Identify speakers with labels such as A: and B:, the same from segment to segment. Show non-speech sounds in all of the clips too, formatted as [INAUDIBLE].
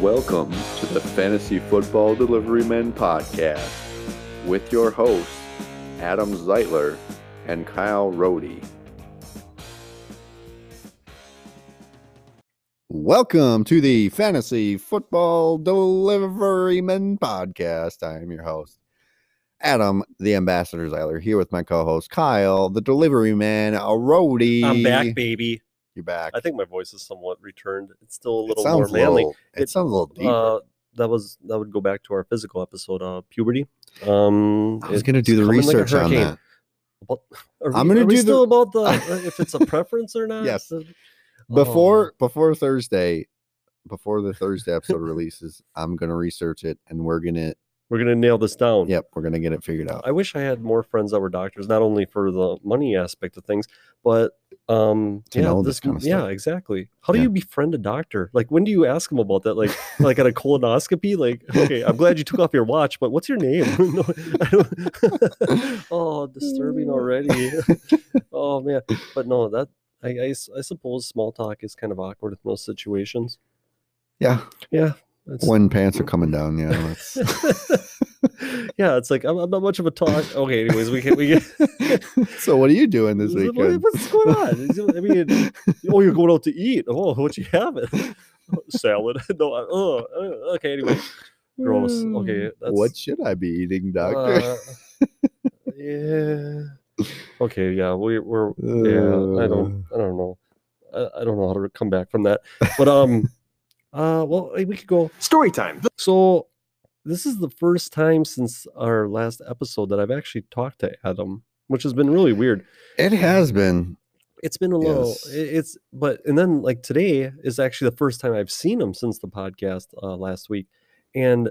A: Welcome to the Fantasy Football Delivery Men podcast with your hosts, Adam Zeitler and Kyle Rohde. Welcome to the Fantasy Football Delivery Men podcast. I am your host, Adam, the Ambassador Zeiler, here with my co host, Kyle, the Delivery Man, Rohde.
B: I'm back, baby.
A: You're back.
B: I think my voice is somewhat returned. It's still a
A: It
B: little more
A: sounds
B: manly.
A: little- it,
B: It-
A: sounds a little deeper.
B: Uh, that was that would go back to our physical episode, uh, puberty. Um,
A: I was
B: it's
A: going to do the
B: coming like a
A: research on
B: hurricane.
A: that.
B: But are we,
A: I'm gonna
B: are we
A: do the-
B: still about the uh,
A: [LAUGHS]
B: if it's a preference or not. Uh, oh,
A: Yes.
B: The-
A: before before Thursday, before the Thursday
B: [LAUGHS]
A: episode releases, I'm gonna research it and we're gonna
B: we're gonna nail this down.
A: yep, we're gonna get it figured out.
B: I wish I had more friends that were doctors, not only for the money aspect of things, but um,
A: To
B: yeah,
A: know this kinda stuff.
B: yeah, exactly. How do
A: Yeah.
B: you befriend a doctor? Like, when do you ask them about
A: [LAUGHS]
B: that? Like, like at a colonoscopy? Like, okay, I'm glad you took off your watch, but what's your name? [LAUGHS] No, I don't- oh, disturbing already. oh man, but no, that I, I s- I suppose small talk is kind of awkward in those situations.
A: [LAUGHS] Yeah,
B: Yeah. That's,
A: when pants are coming down, yeah, that's
B: [LAUGHS] yeah, it's like I'm, I'm not much of a talk. Okay, anyways, we can we get [LAUGHS]
A: [LAUGHS] so. What are you doing this
B: Is it- what-
A: weekend?
B: What's going on?
A: [LAUGHS]
B: I mean, oh, you're going out to eat. Oh, what you having? [LAUGHS] Salad. [LAUGHS] No. I- Oh, uh, okay. Anyway,
A: [LAUGHS]
B: gross. Okay. That's,
A: Mm, what should I be eating, doctor?
B: uh,
A: [LAUGHS]
B: yeah. Okay. Yeah. We, we're. Yeah. I don't.
A: Uh.
B: I don't know. I, I don't know how to come back from that.
A: [LAUGHS]
B: But um. Uh. Well, eh, we could go.
C: Story time.
B: So, this is the first time since our last episode that I've actually talked to Adam, which has been really weird.
A: Uh, It has been.
B: it's been a little
A: Yes.
B: it- it's but and then like today is actually the first time i've seen him since the podcast uh, last week and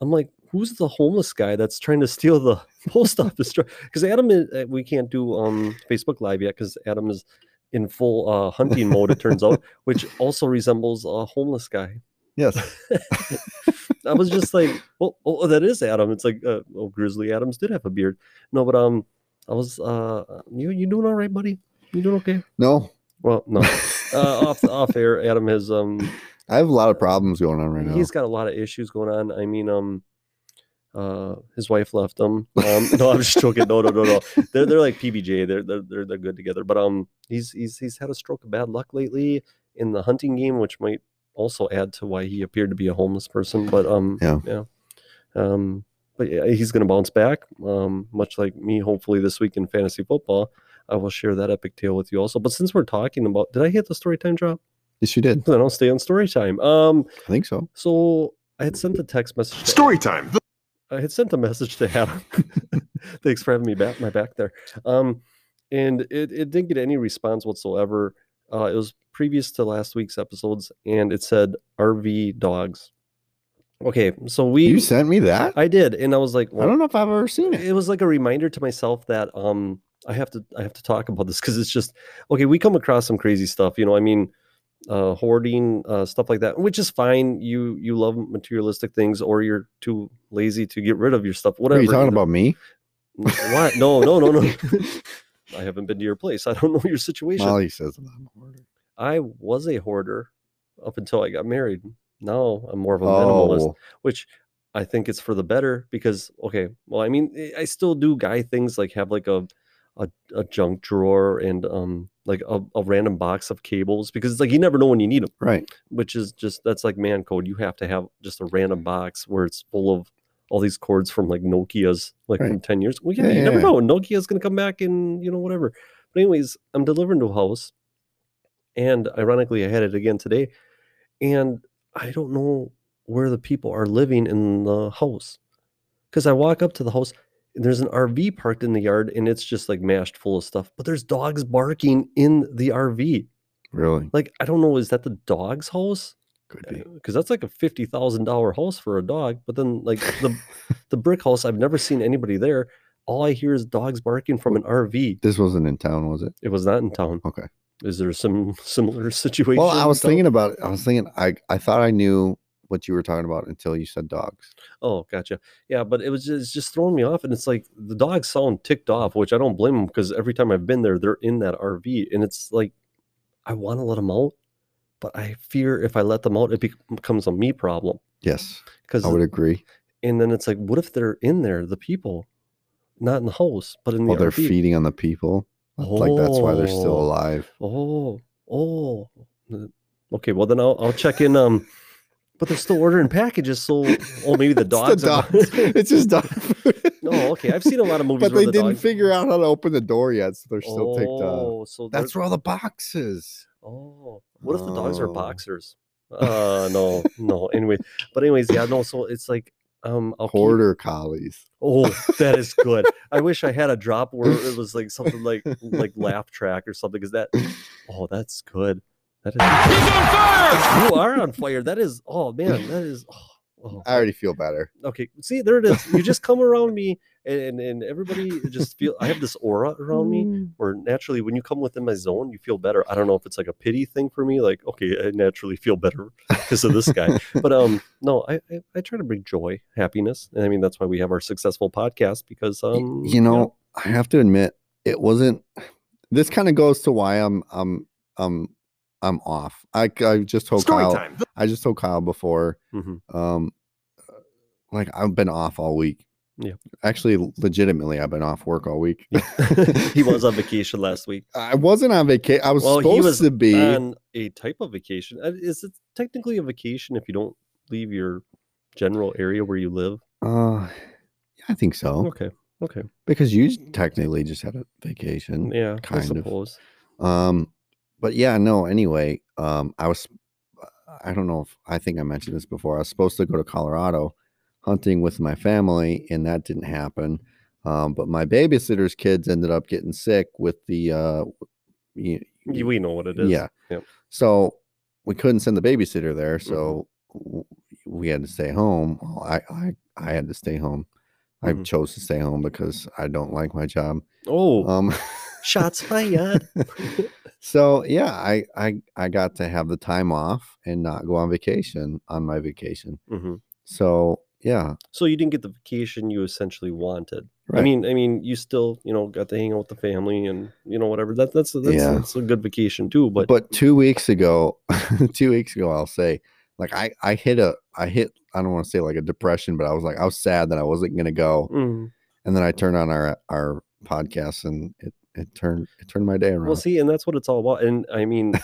B: i'm like who's the homeless guy that's trying to steal the [LAUGHS] post office because adam is, uh, we can't do um facebook live yet because adam is in full uh, hunting mode it turns out which also resembles a homeless guy [LAUGHS]
A: Yes.
B: i was just like well oh that is adam it's like uh, oh grizzly adams did have a beard no but um i was uh you you doing all right buddy you doing okay
A: No.
B: well
A: [LAUGHS]
B: no uh, off off air, Adam has um
A: I have a lot of problems going on right now.
B: he's got a lot of issues going on. I mean, um, uh, his wife left him. Um, no, I'm just joking. No, no, no, no. They're they're like PBJ. They're they're they're, they're good together. But um, he's he's he's had a stroke of bad luck lately in the hunting game, which might also add to why he appeared to be a homeless person. But um,
A: Yeah.
B: yeah, um. But yeah, he's going to bounce back, um, much like me, hopefully, this week in fantasy football. I will share that epic tale with you also. But since we're talking about, did I hit the story time drop?
A: yes, you did.
B: [LAUGHS] Then I'll stay on story time. Um,
A: I think so.
B: so I had sent a text message. To,
C: Story time.
B: I had sent a message to Adam. [LAUGHS] Thanks for having me back. My back there. Um, and it it didn't get any response whatsoever. Uh, it was previous to last week's episodes, and it said RV dogs. Okay, so we
A: You sent me that? I,
B: I did, and I was like, well,
A: don't know if I've ever seen it.
B: it was like a reminder to myself that um I have to I have to talk about this because it's just okay. We come across some crazy stuff, you know. I mean, uh, hoarding uh, stuff like that, which is fine. You you love materialistic things, or you're too lazy to get rid of your stuff.
A: What
B: Whatever.
A: are you talking about me?
B: What? No, no, no, no. I haven't been to your place. I don't know your situation.
A: Molly says I'm not a hoarder.
B: I was a hoarder up until I got married. Now I'm
A: Oh.
B: more of a minimalist which I think it's for the better because okay, well, I mean, eh, I still do guy things like have like a a, a junk drawer and um like a, a random box of cables because it's like you never know when you need them,
A: right.
B: which is just that's like man code. You have to have just a random box where it's full of all these cords from like Nokia's like
A: Right.
B: from ten years. Well, yeah,
A: Yeah,
B: you
A: yeah,
B: never
A: yeah.
B: know. Nokia's gonna come back and you know whatever. But anyways, I'm delivering to a house, and ironically, I had it again today, and I don't know where the people are living in the house, because I walk up to the house. and There's an RV parked in the yard and it's just like mashed full of stuff, but there's dogs barking in the RV.
A: Really?
B: Like, I don't know, is that the dog's house?
A: Could be.
B: because Uh, that's like a fifty thousand dollar house for a dog. But then like
A: [LAUGHS]
B: the the brick house, I've never seen anybody there. All I hear is dogs barking from an RV.
A: This wasn't in town, was it?
B: It was not in town.
A: Okay.
B: Is there some [LAUGHS] similar situation?
A: Well, I
B: in
A: was
B: town?
A: thinking about it. I was thinking I I thought I knew what you were talking about until you said dogs.
B: Oh, gotcha. Yeah, but it was just, it's just throwing me off, and it's like the dogs sound ticked off, which I don't blame them because every time I've been there, they're in that RV, and it's like I want to let them out, But I fear if I let them out, it bec- becomes a me problem.
A: Yes,
B: Because
A: I would agree.
B: and then it's like, what if they're in there, the people, not in the house, but in the
A: Well, they're
B: RV?
A: feeding on the people. Like that's why they're still
B: Oh.
A: alive.
B: Oh, oh. Uh, Okay, well then I'll, I'll check in. Um, but they're still ordering packages, so oh
A: [LAUGHS]
B: maybe the
A: It's
B: dogs.
A: The
B: are-
A: dogs. [LAUGHS] it's just dog food.
B: no, okay. I've seen a lot of movies,
A: but
B: where
A: they
B: the
A: didn't
B: dog-
A: figure out how to open the door yet, so they're still
B: oh,
A: ticked off.
B: so they're-
A: That's where all the boxes.
B: Oh, what if the dogs are
A: Oh.
B: boxers? Uh, no, no. Anyway, but anyways, yeah, no. So it's like um, I'll keep-
A: Quarter collies.
B: Oh, that is good. I wish I had a drop where it was like something like like laugh track or something. Is that? Oh, that's good. That is.
C: He's on fire!
B: you are on fire. That is. Oh man, that is. Oh,
A: I already feel better.
B: okay. See, there it is. You just come around me, and and, and everybody just feel. I have this aura around me where naturally, when you come within my zone, you feel better. I don't know if it's like a pity thing for me. Like, okay, I naturally
A: [LAUGHS]
B: feel better because of this guy. but um, no, I, I I try to bring joy, happiness, and I mean that's why we have our successful podcast because
A: Y-
B: um,
A: you know, I have to admit, it wasn't. This kind of goes to why I'm I'm I'm I'm off. I, I just told
C: Story
A: Kyle.
C: time.
A: I just told Kyle before.
B: Mhm.
A: Um, like I've been off all week.
B: Yeah.
A: Actually, legitimately, I've been off work all week.
B: [LAUGHS]
A: [LAUGHS]
B: he was on vacation last week.
A: I wasn't on vacation. I was
B: Well, he
A: supposed
B: was
A: to be.
B: on a type of vacation. Uh, Is it technically a vacation if you don't leave your general area where you live?
A: Uh, yeah, I think so.
B: Okay. Okay.
A: Because you s- technically just had a vacation.
B: Yeah,
A: kind
B: I
A: of.
B: suppose.
A: Um, but yeah, no. Anyway, um, I was. I don't know if I think I mentioned this before. I was supposed to go to Colorado hunting with my family, and that didn't happen. Um, but my babysitter's kids ended up getting sick with the. Uh, y-
B: Y- We know what it is.
A: Yeah.
B: Yep. Mm-hmm.
A: So we couldn't send the babysitter there, so w we had to stay home. Well, I I I had to stay home. I
B: Mhm.
A: chose to stay home because I don't like my job.
B: Oh,
A: Um,
B: shots
A: [LAUGHS]
B: fired.
A: so yeah, I I I got to have the time off and not go on vacation on my vacation.
B: hmm
A: So yeah,
B: So you didn't get the vacation you essentially wanted. I
A: Right.
B: mean, I mean, you still, you know, got to hang out with the family and you know whatever. That that's that's,
A: Yeah.
B: that's a good vacation too. But,
A: but, two weeks ago, [LAUGHS] two weeks ago, I'll say like I I hit a I hit I don't want to say like a depression, but I was like I was sad that I wasn't gonna go.
B: Mm.
A: and then I turned on our our podcast, and it it turned it turned my day around.
B: well, see, and that's what it's all about. And
A: [LAUGHS]
B: I mean,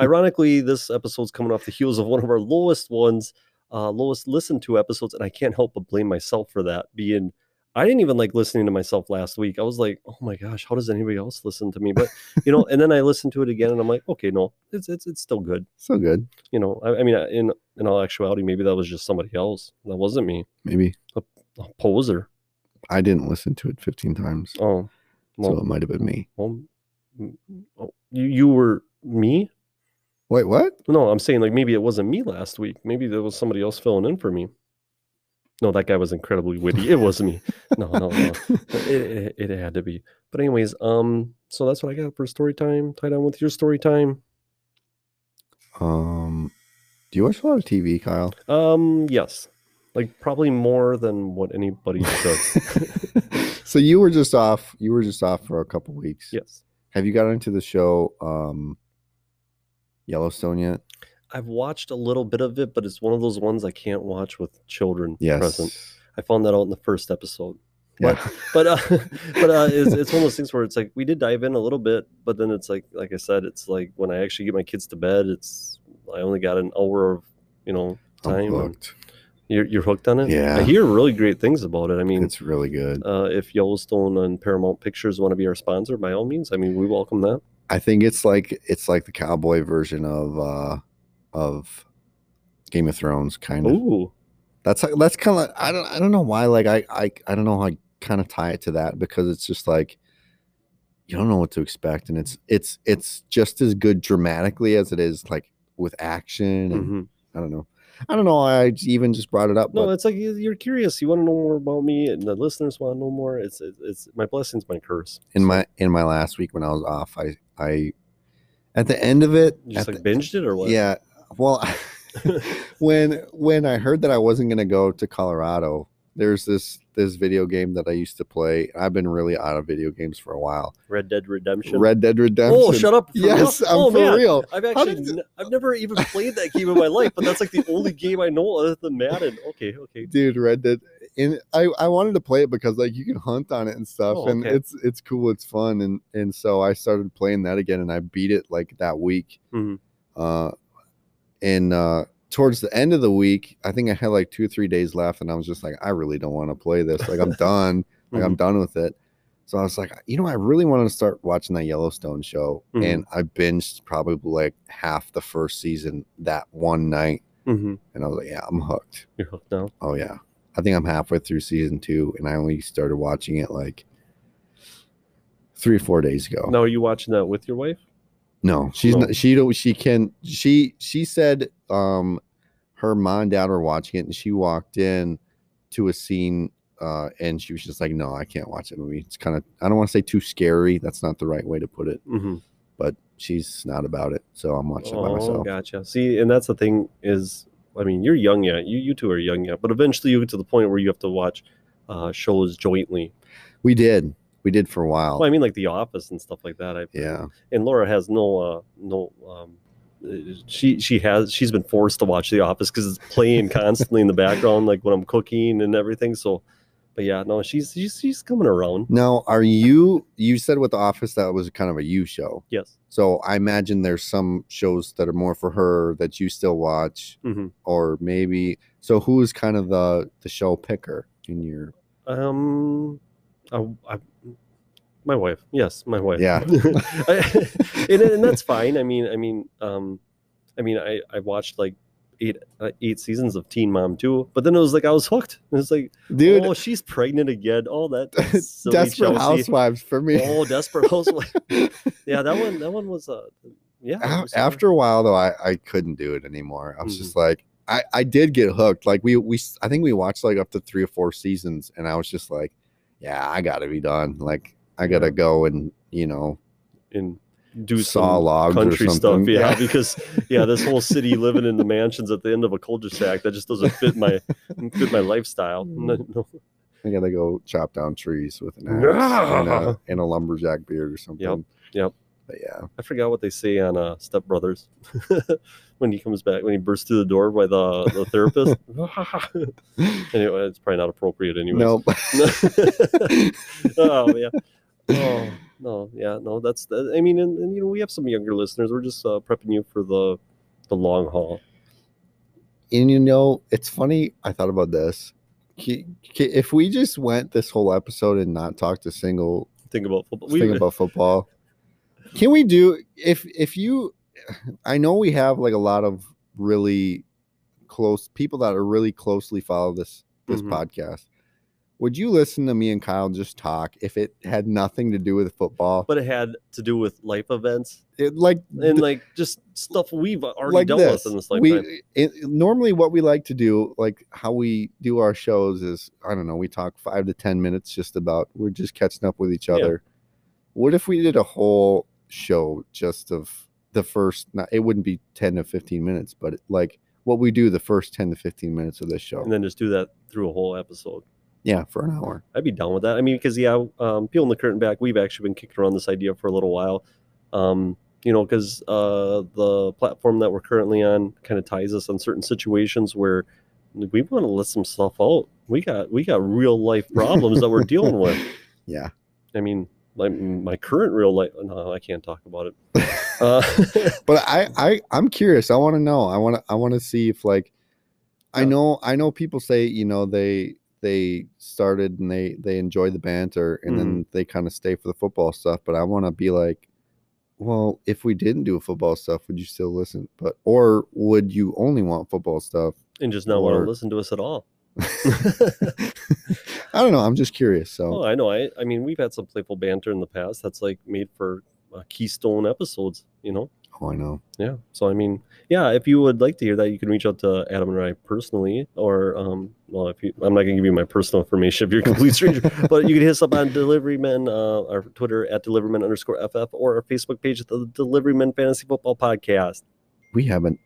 B: ironically, this episode's coming off the heels of one of our lowest ones, uh, lowest listened to episodes, and I can't help but blame myself for that. Being, I didn't even like listening to myself last week. I was like, oh my gosh, how does anybody else listen to me? But you know, and then I listened to it again, and I'm like, okay, no, it's it's it's still good.
A: so good,
B: you know, I, I mean, uh, in in all actuality, maybe that was just somebody else. That wasn't me.
A: maybe
B: A poser.
A: I didn't listen to it fifteen times,
B: Oh,
A: so um, it
B: well,
A: might have been me.
B: well, mm, oh, you you were me.
A: Wait, what?
B: No, I'm saying like maybe it wasn't me last week. Maybe there was somebody else filling in for me. No, that guy was incredibly witty. It was me. No, no, no. It, it, it had to be. But anyways, um, so that's what I got for story time. Tied on with your story time.
A: [LAUGHS] um, do you watch a lot of TV, Kyle?
B: Um, yes, like probably more than
A: [LAUGHS]
B: what anybody should.
A: so you were just off. You were just off for a couple weeks.
B: yes.
A: Have you gotten into the show um, Yellowstone yet?
B: I've watched a little bit of it, but it's one of those ones I can't watch with children
A: Yes.
B: present. I found that out in the first episode.
A: Yeah.
B: But uh, [LAUGHS] but uh, it's, it's one of those things where it's like we did dive in a little bit, but then it's like like I said, it's like when I actually get my kids to bed, it's I only got an hour of you know
A: [LAUGHS] I'm
B: time. and
A: hooked.
B: You're you're hooked on it. I
A: Yeah.
B: hear really great things about it. I mean,
A: It's really good.
B: uh, if Yellowstone and Paramount Pictures want to be our sponsor, by all means, I mean we welcome that.
A: I think it's like it's like the cowboy version of uh of Game of Thrones kind of.
B: Ooh,
A: That's like that's kind of I don't I don't know why like I I I don't know how I kind of tie it to that because it's just like you don't know what to expect and it's it's it's just as good dramatically as it is like with action and
B: mhm.
A: I don't know. I don't know why I j- even just brought it up
B: No,
A: but
B: it's like you- you're curious. You want to know more about me, and the listeners want to know more. It's it's, it's my blessings, my curse.
A: in my in my last week when I was off I I at the end of it
B: You just
A: at
B: like
A: the-
B: binged it or what?
A: Yeah. [LAUGHS] Well, when when I heard that I wasn't going to go to Colorado There's this this video game that I used to play. I've been really out of video games for a while.
B: Red Dead Redemption.
A: Red Dead Redemption.
B: Oh, shut up! for real?
A: Yes, I'm
B: oh,
A: for
B: man.
A: real.
B: I've
A: How
B: actually,
A: did you-
B: n- I've never even played that game in my life, but that's like the only game I know other than Madden. Okay, okay.
A: dude red dead and i i wanted to play it because like you can hunt on it and stuff
B: Oh,
A: and
B: okay.
A: it's it's cool it's fun and and so i started playing that again and i beat it like that week
B: Mhm.
A: uh and uh towards the end of the week i think i had like two or three days left and i was just like i really don't want to play this like i'm
B: [LAUGHS]
A: done like
B: Mm-hmm.
A: i'm done with it so i was like you know i really want to start watching that yellowstone show
B: Mhm.
A: and i binged probably like half the first season that one night
B: Mhm.
A: and i was like yeah i'm hooked
B: You're hooked now.
A: Oh yeah. I think I'm halfway through season two and I only started watching it like three or four days ago.
B: Now, are you watching that with your wife?
A: No, she's
B: No.
A: not she don't she can she she said um her mom and dad were watching it and she walked in to a scene uh and she was just like, No, I can't watch that movie. It's kinda I don't want to say too scary, that's not the right way to put it,
B: Mm-hmm.
A: but she's not about it. So I'm watching it by
B: oh,
A: myself.
B: gotcha. See, and that's the thing is, I mean, you're young yet. You you two are young yet, but eventually you get to the point where you have to watch uh, shows jointly.
A: We did. We did for a while.
B: Well, I mean, like The Office and stuff like that. I
A: yeah.
B: and Laura has no uh, no. Um, uh, she she has she's been forced to watch The Office because it's playing
A: [LAUGHS]
B: constantly in the background, like when I'm cooking and everything. So, but yeah, no, she's she's, she's coming around.
A: Now, are you you said with the office that was kind of a you show?
B: Yes.
A: So I imagine there's some shows that are more for her that you still watch,
B: hmm
A: or maybe. So who's kind of the the show picker in your?
B: Um, I, I, my wife. Yes, my wife.
A: Yeah.
B: I- [LAUGHS] and, and that's fine. I mean, I mean, um, I mean, I I watched like eight uh, eight seasons of Teen Mom too, but then it was like I was hooked. It was like,
A: [LAUGHS] Dude,
B: oh, she's pregnant again.
A: [LAUGHS]
B: All that silly
A: Desperate
B: Chelsea.
A: Housewives for [LAUGHS] me.
B: Oh,
A: [LAUGHS]
B: Desperate Housewives. yeah, that one. That one was uh, yeah. it
A: A-
B: was, uh,
A: After a while, though, I I couldn't do it anymore. I was
B: Mm-hmm.
A: just like, I I did get hooked. Like we we s- I think we watched like up to three or four seasons, and I was just like, yeah, I got to be done. Like I gotta go and you know
B: in do
A: saw
B: some
A: logs or
B: country
A: something.
B: stuff. Yeah, because yeah, this
A: [LAUGHS]
B: whole city living in the mansions at the end of a cul-de-sac that just doesn't fit
A: [LAUGHS]
B: my fit my lifestyle.
A: Hmm.
B: No, no.
A: I gotta go chop down trees with an axe and, a, and a lumberjack beard or something.
B: yep.
A: But yeah,
B: [LAUGHS] I forgot what they say on uh, Step Brothers [LAUGHS] when he comes back when he bursts through the door by the, the
A: [LAUGHS]
B: therapist. [LAUGHS] anyway, it's probably not appropriate anyway.
A: no, [LAUGHS]
B: oh yeah. Oh no, yeah, no. That's that, I mean, and, and you know, we have some younger listeners. We're just uh, prepping you for the the long haul.
A: and you know it's funny. I thought about this. K- k- If we just went this whole episode and not talked a single
B: Think about football.
A: thing about football, can we do if if you? I know we have like a lot of really close people that are really closely follow this this
B: Mhm.
A: podcast. Would you listen to me and Kyle just talk if it had nothing to do with football?
B: but it had to do with life events
A: It, like
B: and
A: th-
B: like just stuff we've already
A: like
B: dealt
A: this.
B: with in this lifetime.
A: we it, normally what we like to do, like how we do our shows, is I don't know. We talk five to ten minutes just about we're just catching up with each
B: Yeah.
A: other. What if we did a whole show just of the first? Not, it wouldn't be ten to fifteen minutes, but it, like what we do the first ten to fifteen minutes of this show.
B: and then just do that through a whole episode.
A: yeah, for an hour.
B: I'd be down with that. I mean, because yeah, um, peeling the curtain back, we've actually been kicking around this idea for a little while. Um, you know, because uh, the platform that we're currently on kind of ties us on certain situations where we want to let some stuff out. We got we got real life problems that we're dealing with.
A: [LAUGHS] Yeah,
B: I mean, like my current real life. No, I can't talk about it. Uh, [LAUGHS]
A: but I I I'm curious. I want to know. I want to I want to see if like I
B: Yeah.
A: know I know people say you know they they started and they they enjoy the banter and
B: Mm-hmm.
A: then they kind of stay for the football stuff. But I want to be like, well, if we didn't do football stuff, would you still listen? But or would you only want football stuff?
B: and just not want
A: Or-
B: to listen to us at all.
A: I don't know. I'm just curious.
B: Oh,
A: So
B: I know. I, I mean, we've had some playful banter in the past that's like made for uh, keystone episodes, you know?
A: oh, I
B: [LAUGHS]
A: know.
B: Yeah. So, I mean, yeah, if you would like to hear that, you can reach out to Adam and I personally, or, um, well, if you, I'm not going to give you my personal information if you're
A: [LAUGHS]
B: a complete stranger, but you can hit us up on Deliverymen, uh, our Twitter at Deliverymen underscore FF, or our Facebook page at the Deliverymen Fantasy Football Podcast.
A: We haven't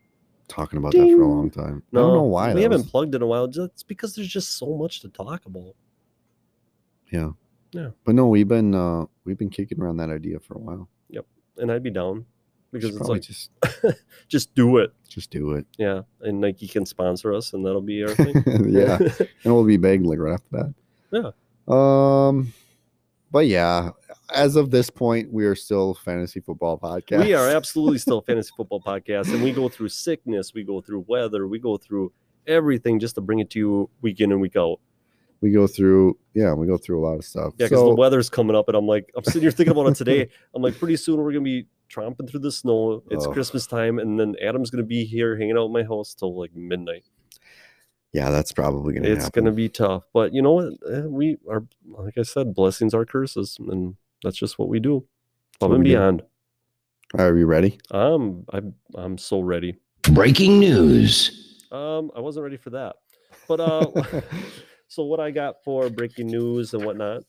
A: talking about that for a
B: Ding.
A: long time.
B: No,
A: I don't know why.
B: we
A: that
B: haven't
A: was-
B: plugged in a while. Just- It's because there's just so much to talk about.
A: yeah.
B: Yeah.
A: But no, we've been uh we've been kicking around that idea for a while.
B: And I'd be down because
A: Should
B: it's
A: probably
B: like
A: just
B: just do it.
A: just do
B: [LAUGHS]
A: it. [LAUGHS]
B: Yeah, and Nike can sponsor us, and that'll be our thing. [LAUGHS]
A: yeah. and we'll be begging like right after
B: Yeah.
A: that. Yeah. Um, but yeah, as of this point, we are still fantasy football podcast.
B: We are
A: [LAUGHS]
B: absolutely still a fantasy football podcast, and we go through sickness, we go through weather, we go through everything just to bring it to you week in and week out.
A: we go through yeah, we go through a lot of stuff.
B: Yeah, because
A: so,
B: the weather's coming up, and I'm like, I'm sitting here thinking about it
A: [LAUGHS]
B: today. I'm like, pretty soon we're gonna be tromping through the snow. It's
A: Ugh.
B: Christmas time, and then Adam's gonna be here hanging out at my house till like midnight.
A: yeah, that's probably gonna
B: it's
A: happen.
B: gonna be tough, but you know what? Eh, We are, like I said, blessings are curses, and that's just what we do.
A: what
B: Above and
A: we do.
B: beyond.
A: Are you ready?
B: Um, I'm I'm so ready.
C: Breaking news.
B: Um, I wasn't ready for that. But uh so what I got for breaking news and whatnot,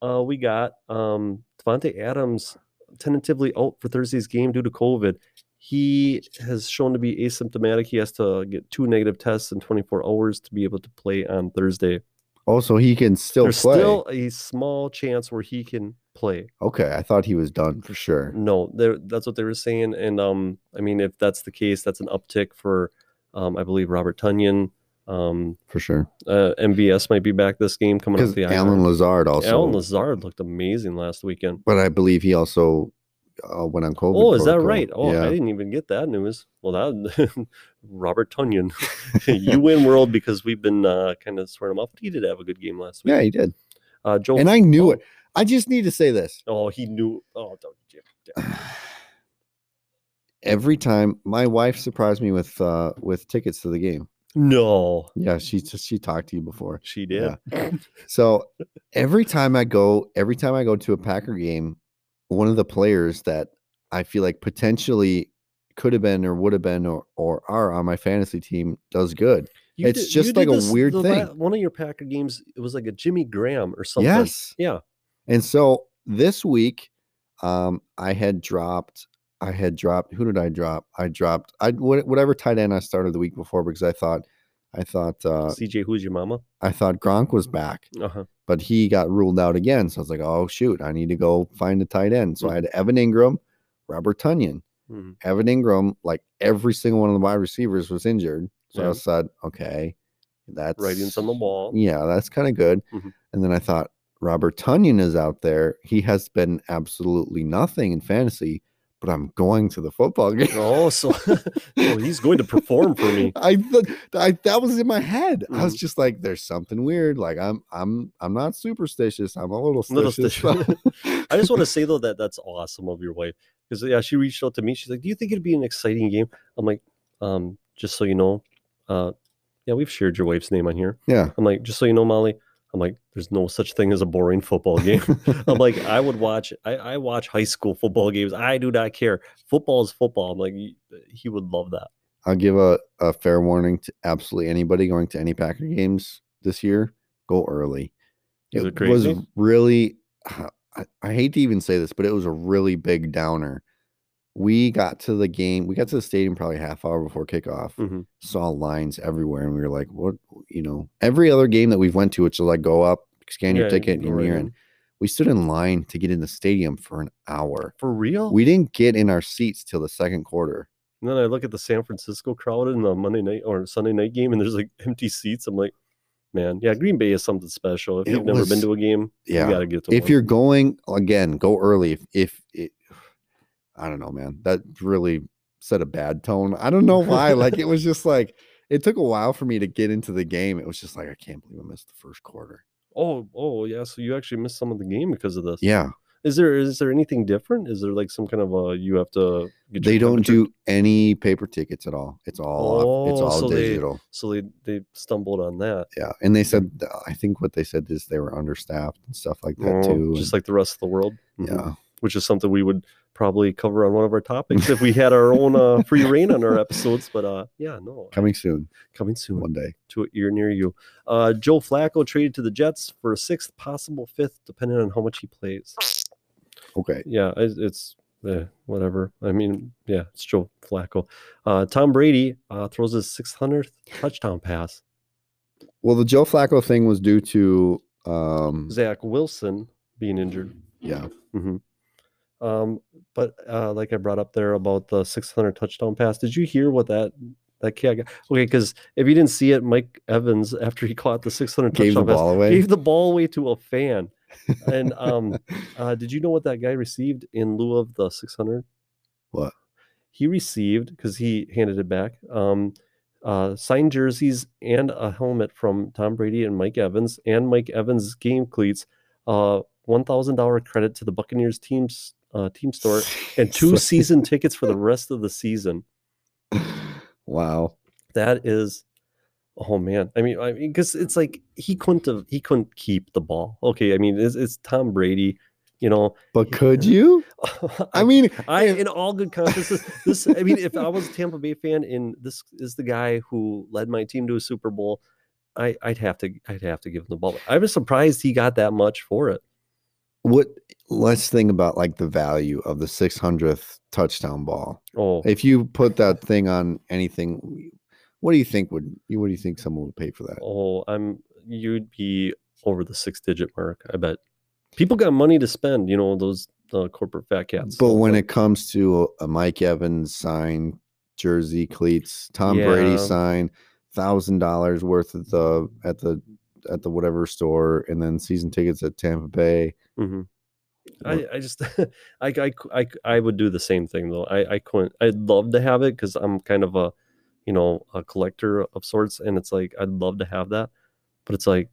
B: uh we got um Devontae Adams tentatively out for Thursday's game due to COVID. He has shown to be asymptomatic. He has to get two negative tests in 24 hours to be able to play on Thursday.
A: [LAUGHS] Oh, so he can still
B: There's
A: play.
B: still a small chance where he can play.
A: Okay, I thought he was done for sure.
B: No, they're- that's what they were saying. And um, I mean, if that's the case, that's an uptick for, um, I believe Robert Tunyon. Um,
A: For sure.
B: uh, MVS might be back this game coming
A: Because
B: up the
A: Alan
B: IR.
A: Lazard also
B: Alan Lazard looked amazing last weekend.
A: but I believe he also uh, went on COVID.
B: Oh, is that
A: protocol.
B: right? Oh, I
A: yeah.
B: didn't even get that news. Well, that [LAUGHS] Robert Tunyon, [LAUGHS]
A: [LAUGHS]
B: you win world because we've been uh, kind of swearing him off. But he did have a good game last
A: yeah,
B: week.
A: he did.
B: Uh, Joe.
A: And I knew
B: oh,
A: it. I just need to say this. [SIGHS]
B: Oh, he knew. Oh, don't. yeah, yeah.
A: every time my wife surprised me with uh with tickets to the game
B: No,
A: yeah she t- she talked to you before
B: she did.
A: so every time i go every time i go to a packer game one of the players that i feel like potentially could have been or would have been or, or are on my fantasy team does good
B: You
A: It's
B: did-
A: just
B: you did
A: like a
B: this-
A: weird
B: the
A: thing.
B: la- one of your Packer games, it was like a Jimmy Graham or something.
A: yes
B: Yeah.
A: and so this week um i had dropped i had dropped who did i drop i dropped i wh- whatever tight end i started the week before because i thought i thought uh
B: CJ, who's your mama?
A: I thought Gronk was back,
B: Uh huh.
A: but he got ruled out again. So I was like, oh shoot, I need to go find a tight end. So I had Evan Ingram, Robert Tunyon.
B: Mm-hmm.
A: Evan Ingram, like every single one of the wide receivers was injured. So
B: Yeah.
A: I said, okay, that's
B: Writings on the wall.
A: [LAUGHS] Yeah, that's kind of good.
B: Mhm.
A: And then I thought Robert Tunyon is out there. He has been absolutely nothing in fantasy, but I'm going to the football [LAUGHS] game.
B: Oh, so [LAUGHS] oh, he's going to perform for me.
A: I, th- I that was in my head. I was
B: Mhm.
A: just like, "There's something weird." Like I'm, I'm, I'm not superstitious. I'm a little
B: Little
A: stitious.
B: stitious.
A: but-
B: I just want to say though that that's awesome of your wife because yeah, she reached out to me. She's like, "Do you think it'd be an exciting game?" I'm like, um, "Just so you know, uh, yeah, we've shared your wife's name on here."
A: [LAUGHS] yeah.
B: I'm like, "Just so you know, Molly." I'm like, "There's no such thing as a boring football [LAUGHS]
A: [LAUGHS]
B: game." [LAUGHS] I'm like, I would watch. I, I watch high school football games. I do not care. Football is football. I'm like, y- he would love that.
A: I'll give a, a fair warning to absolutely anybody going to any Packer games this year. Go early.
B: Is it
A: was
B: crazy?
A: really. uh, I, I hate to even say this, but it was a really big downer. We got to the game. We got to the stadium probably half hour before kickoff.
B: Mhm.
A: Saw lines everywhere, and we were like, "What?" You know, every other game that we've went to, which is like go up, scan your
B: Yeah,
A: ticket,
B: go
A: and
B: right
A: you're
B: in.
A: in. We stood in line to get in the stadium for an hour.
B: For real?
A: We didn't get in our seats till the second quarter.
B: and then I look at the San Francisco crowd in the Monday night or Sunday night game, and there's like [LAUGHS] empty seats. I'm like, man, yeah, Green Bay is something special. If
A: It
B: you've never been
A: was-
B: to a game,
A: yeah.
B: you gotta get to.
A: if
B: one.
A: you're going again, go early. If, if it, [SIGHS] I don't know, man, that really set a bad tone. I don't know why. like it was just like it took a while for me to get into the game. It was just like I can't believe I missed the first quarter.
B: oh, oh, yeah. So you actually missed some of the game because of this.
A: Yeah,
B: Is there is there anything different? Is there like some kind of a you have to? Get your
A: they don't
B: temperature-
A: do any paper tickets at all. It's all up- it's
B: Oh,
A: all
B: so they-
A: digital.
B: So they they stumbled on that.
A: yeah, and they said th- I think what they said is they were understaffed and stuff like that
B: Oh,
A: too.
B: just
A: and-
B: like the rest of the world. Mhm.
A: yeah,
B: which is something we would probably cover on one of our topics if we
A: [LAUGHS]
B: had our own uh, free reign on our episodes. But uh, yeah, no,
A: coming soon
B: coming soon
A: one day.
B: to an ear near you. Uh, Joe Flacco traded to the Jets for a sixth, possible fifth, depending on how much he plays.
A: Okay,
B: Yeah, it- it's eh, whatever. I mean, yeah, it's Joe Flacco. Uh, Tom Brady uh, throws his 600th touchdown pass.
A: Well, the Joe Flacco thing was due to um
B: Zach Wilson being injured.
A: yeah.
B: hmm Um, but uh, like I brought up there about the 600 touchdown pass, did you hear what that that kid got? Okay, because if you didn't see it, Mike Evans [LAUGHS] after he caught the 600
A: Gave the
B: touchdown pass
A: ball away.
B: gave the ball away to a fan. And
A: [LAUGHS]
B: um, uh, did you know what that guy received in lieu of the 600?
A: What?
B: He received because he handed it back. Um, uh, signed jerseys and a helmet from Tom Brady and Mike Evans and Mike Evans game cleats. Uh, one thousand dollar credit to the Buccaneers teams uh, team store and
A: [LAUGHS]
B: two
A: Sorry.
B: season tickets for the rest of the season.
A: Wow.
B: That is, oh man. I mean, I mean, because it's like he couldn't have, he couldn't keep the ball. Okay, I mean, it's, it's Tom Brady. You know, [LAUGHS]
A: But could you? I mean,
B: I,
A: if-
B: in all good conscience, this, I mean, if I was a Tampa Bay fan and this is the guy who led my team to a Super Bowl, I, I'd have to, I'd have to give him the ball. I was surprised he got that much for it.
A: what let's think about like the value of the 600th touchdown ball.
B: Oh,
A: If you put that thing on anything, what do you think would you what do you think someone would pay for that?
B: oh, I'm, you'd be over the six digit mark. I bet people got money to spend, you know, those uh, corporate fat cats.
A: But when
B: it
A: it comes to a Mike Evans sign, jersey cleats, Tom Brady
B: Yeah.
A: sign, thousand dollars worth at the at the at the whatever store, and then season tickets at Tampa Bay.
B: hmm I,
A: Or-
B: I just [LAUGHS] I, I cou- I cou- I would do the same thing though. I I couldn't. I'd love to have it because I'm kind of a you know a collector of sorts, and it's like I'd love to have that, but it's like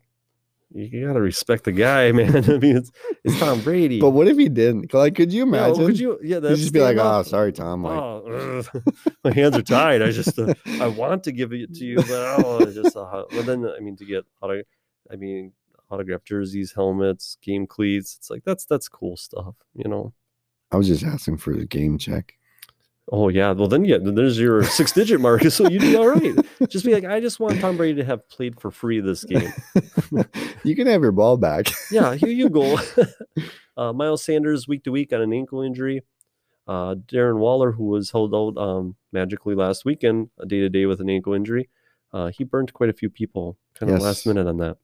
B: you- you gotta respect the guy, [LAUGHS] man. I mean, it's it's Tom Brady.
A: But what if he didn't? Like, could you
B: Yeah,
A: imagine?
B: could you? Yeah,
A: He'd
B: that's
A: just be like,
B: stand
A: "Oh,
B: up."
A: sorry, Tom." Like,
B: Oh, [LAUGHS] ugh, my hands are tied. I
A: [LAUGHS]
B: just uh, I want to give it to you, but I don't wanna just. Uh, [LAUGHS] but then I mean to get auto, I mean autographed jerseys, helmets, game cleats. It's like that's that's cool stuff, you know.
A: I was just asking for the game check. [LAUGHS]
B: Oh yeah, well then yeah, then there's your six digit mark, [LAUGHS] so you'd be all right. Just be like, I just want Tom Brady to have played for free this game.
A: you can have your ball back.
B: Yeah, here you go. [LAUGHS] uh, Miles Sanders week to week on an ankle injury. Uh, Darren Waller, who was held out um, magically last weekend, day to day with an ankle injury, uh, he burned quite a few people kind of last
A: Yes.
B: minute on that.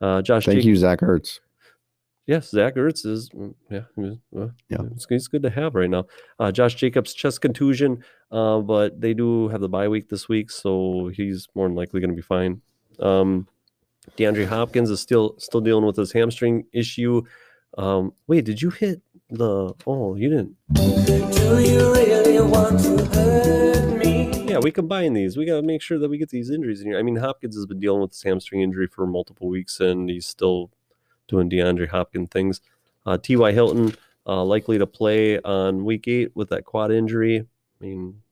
B: Uh, Josh,
A: Thank you, Zach Ertz.
B: Yes, Zach Ertz is mm, yeah, he was- well,
A: Yeah.
B: It's, it's good to have right now. Uh, Josh Jacobs chest contusion, uh, but they do have the bye week this week, so he's more than likely going to be fine. Um, DeAndre Hopkins is still still dealing with his hamstring issue. Um, wait, did you hit the? Oh, you didn't.
D: Do you really want to hurt me?
B: Yeah, we combine these. We got to make sure that we get these injuries in here. I mean, Hopkins has been dealing with this hamstring injury for multiple weeks, and he's still doing DeAndre Hopkins things. Uh, T.Y. Hilton uh, likely to play on week eight with that quad injury. I mean,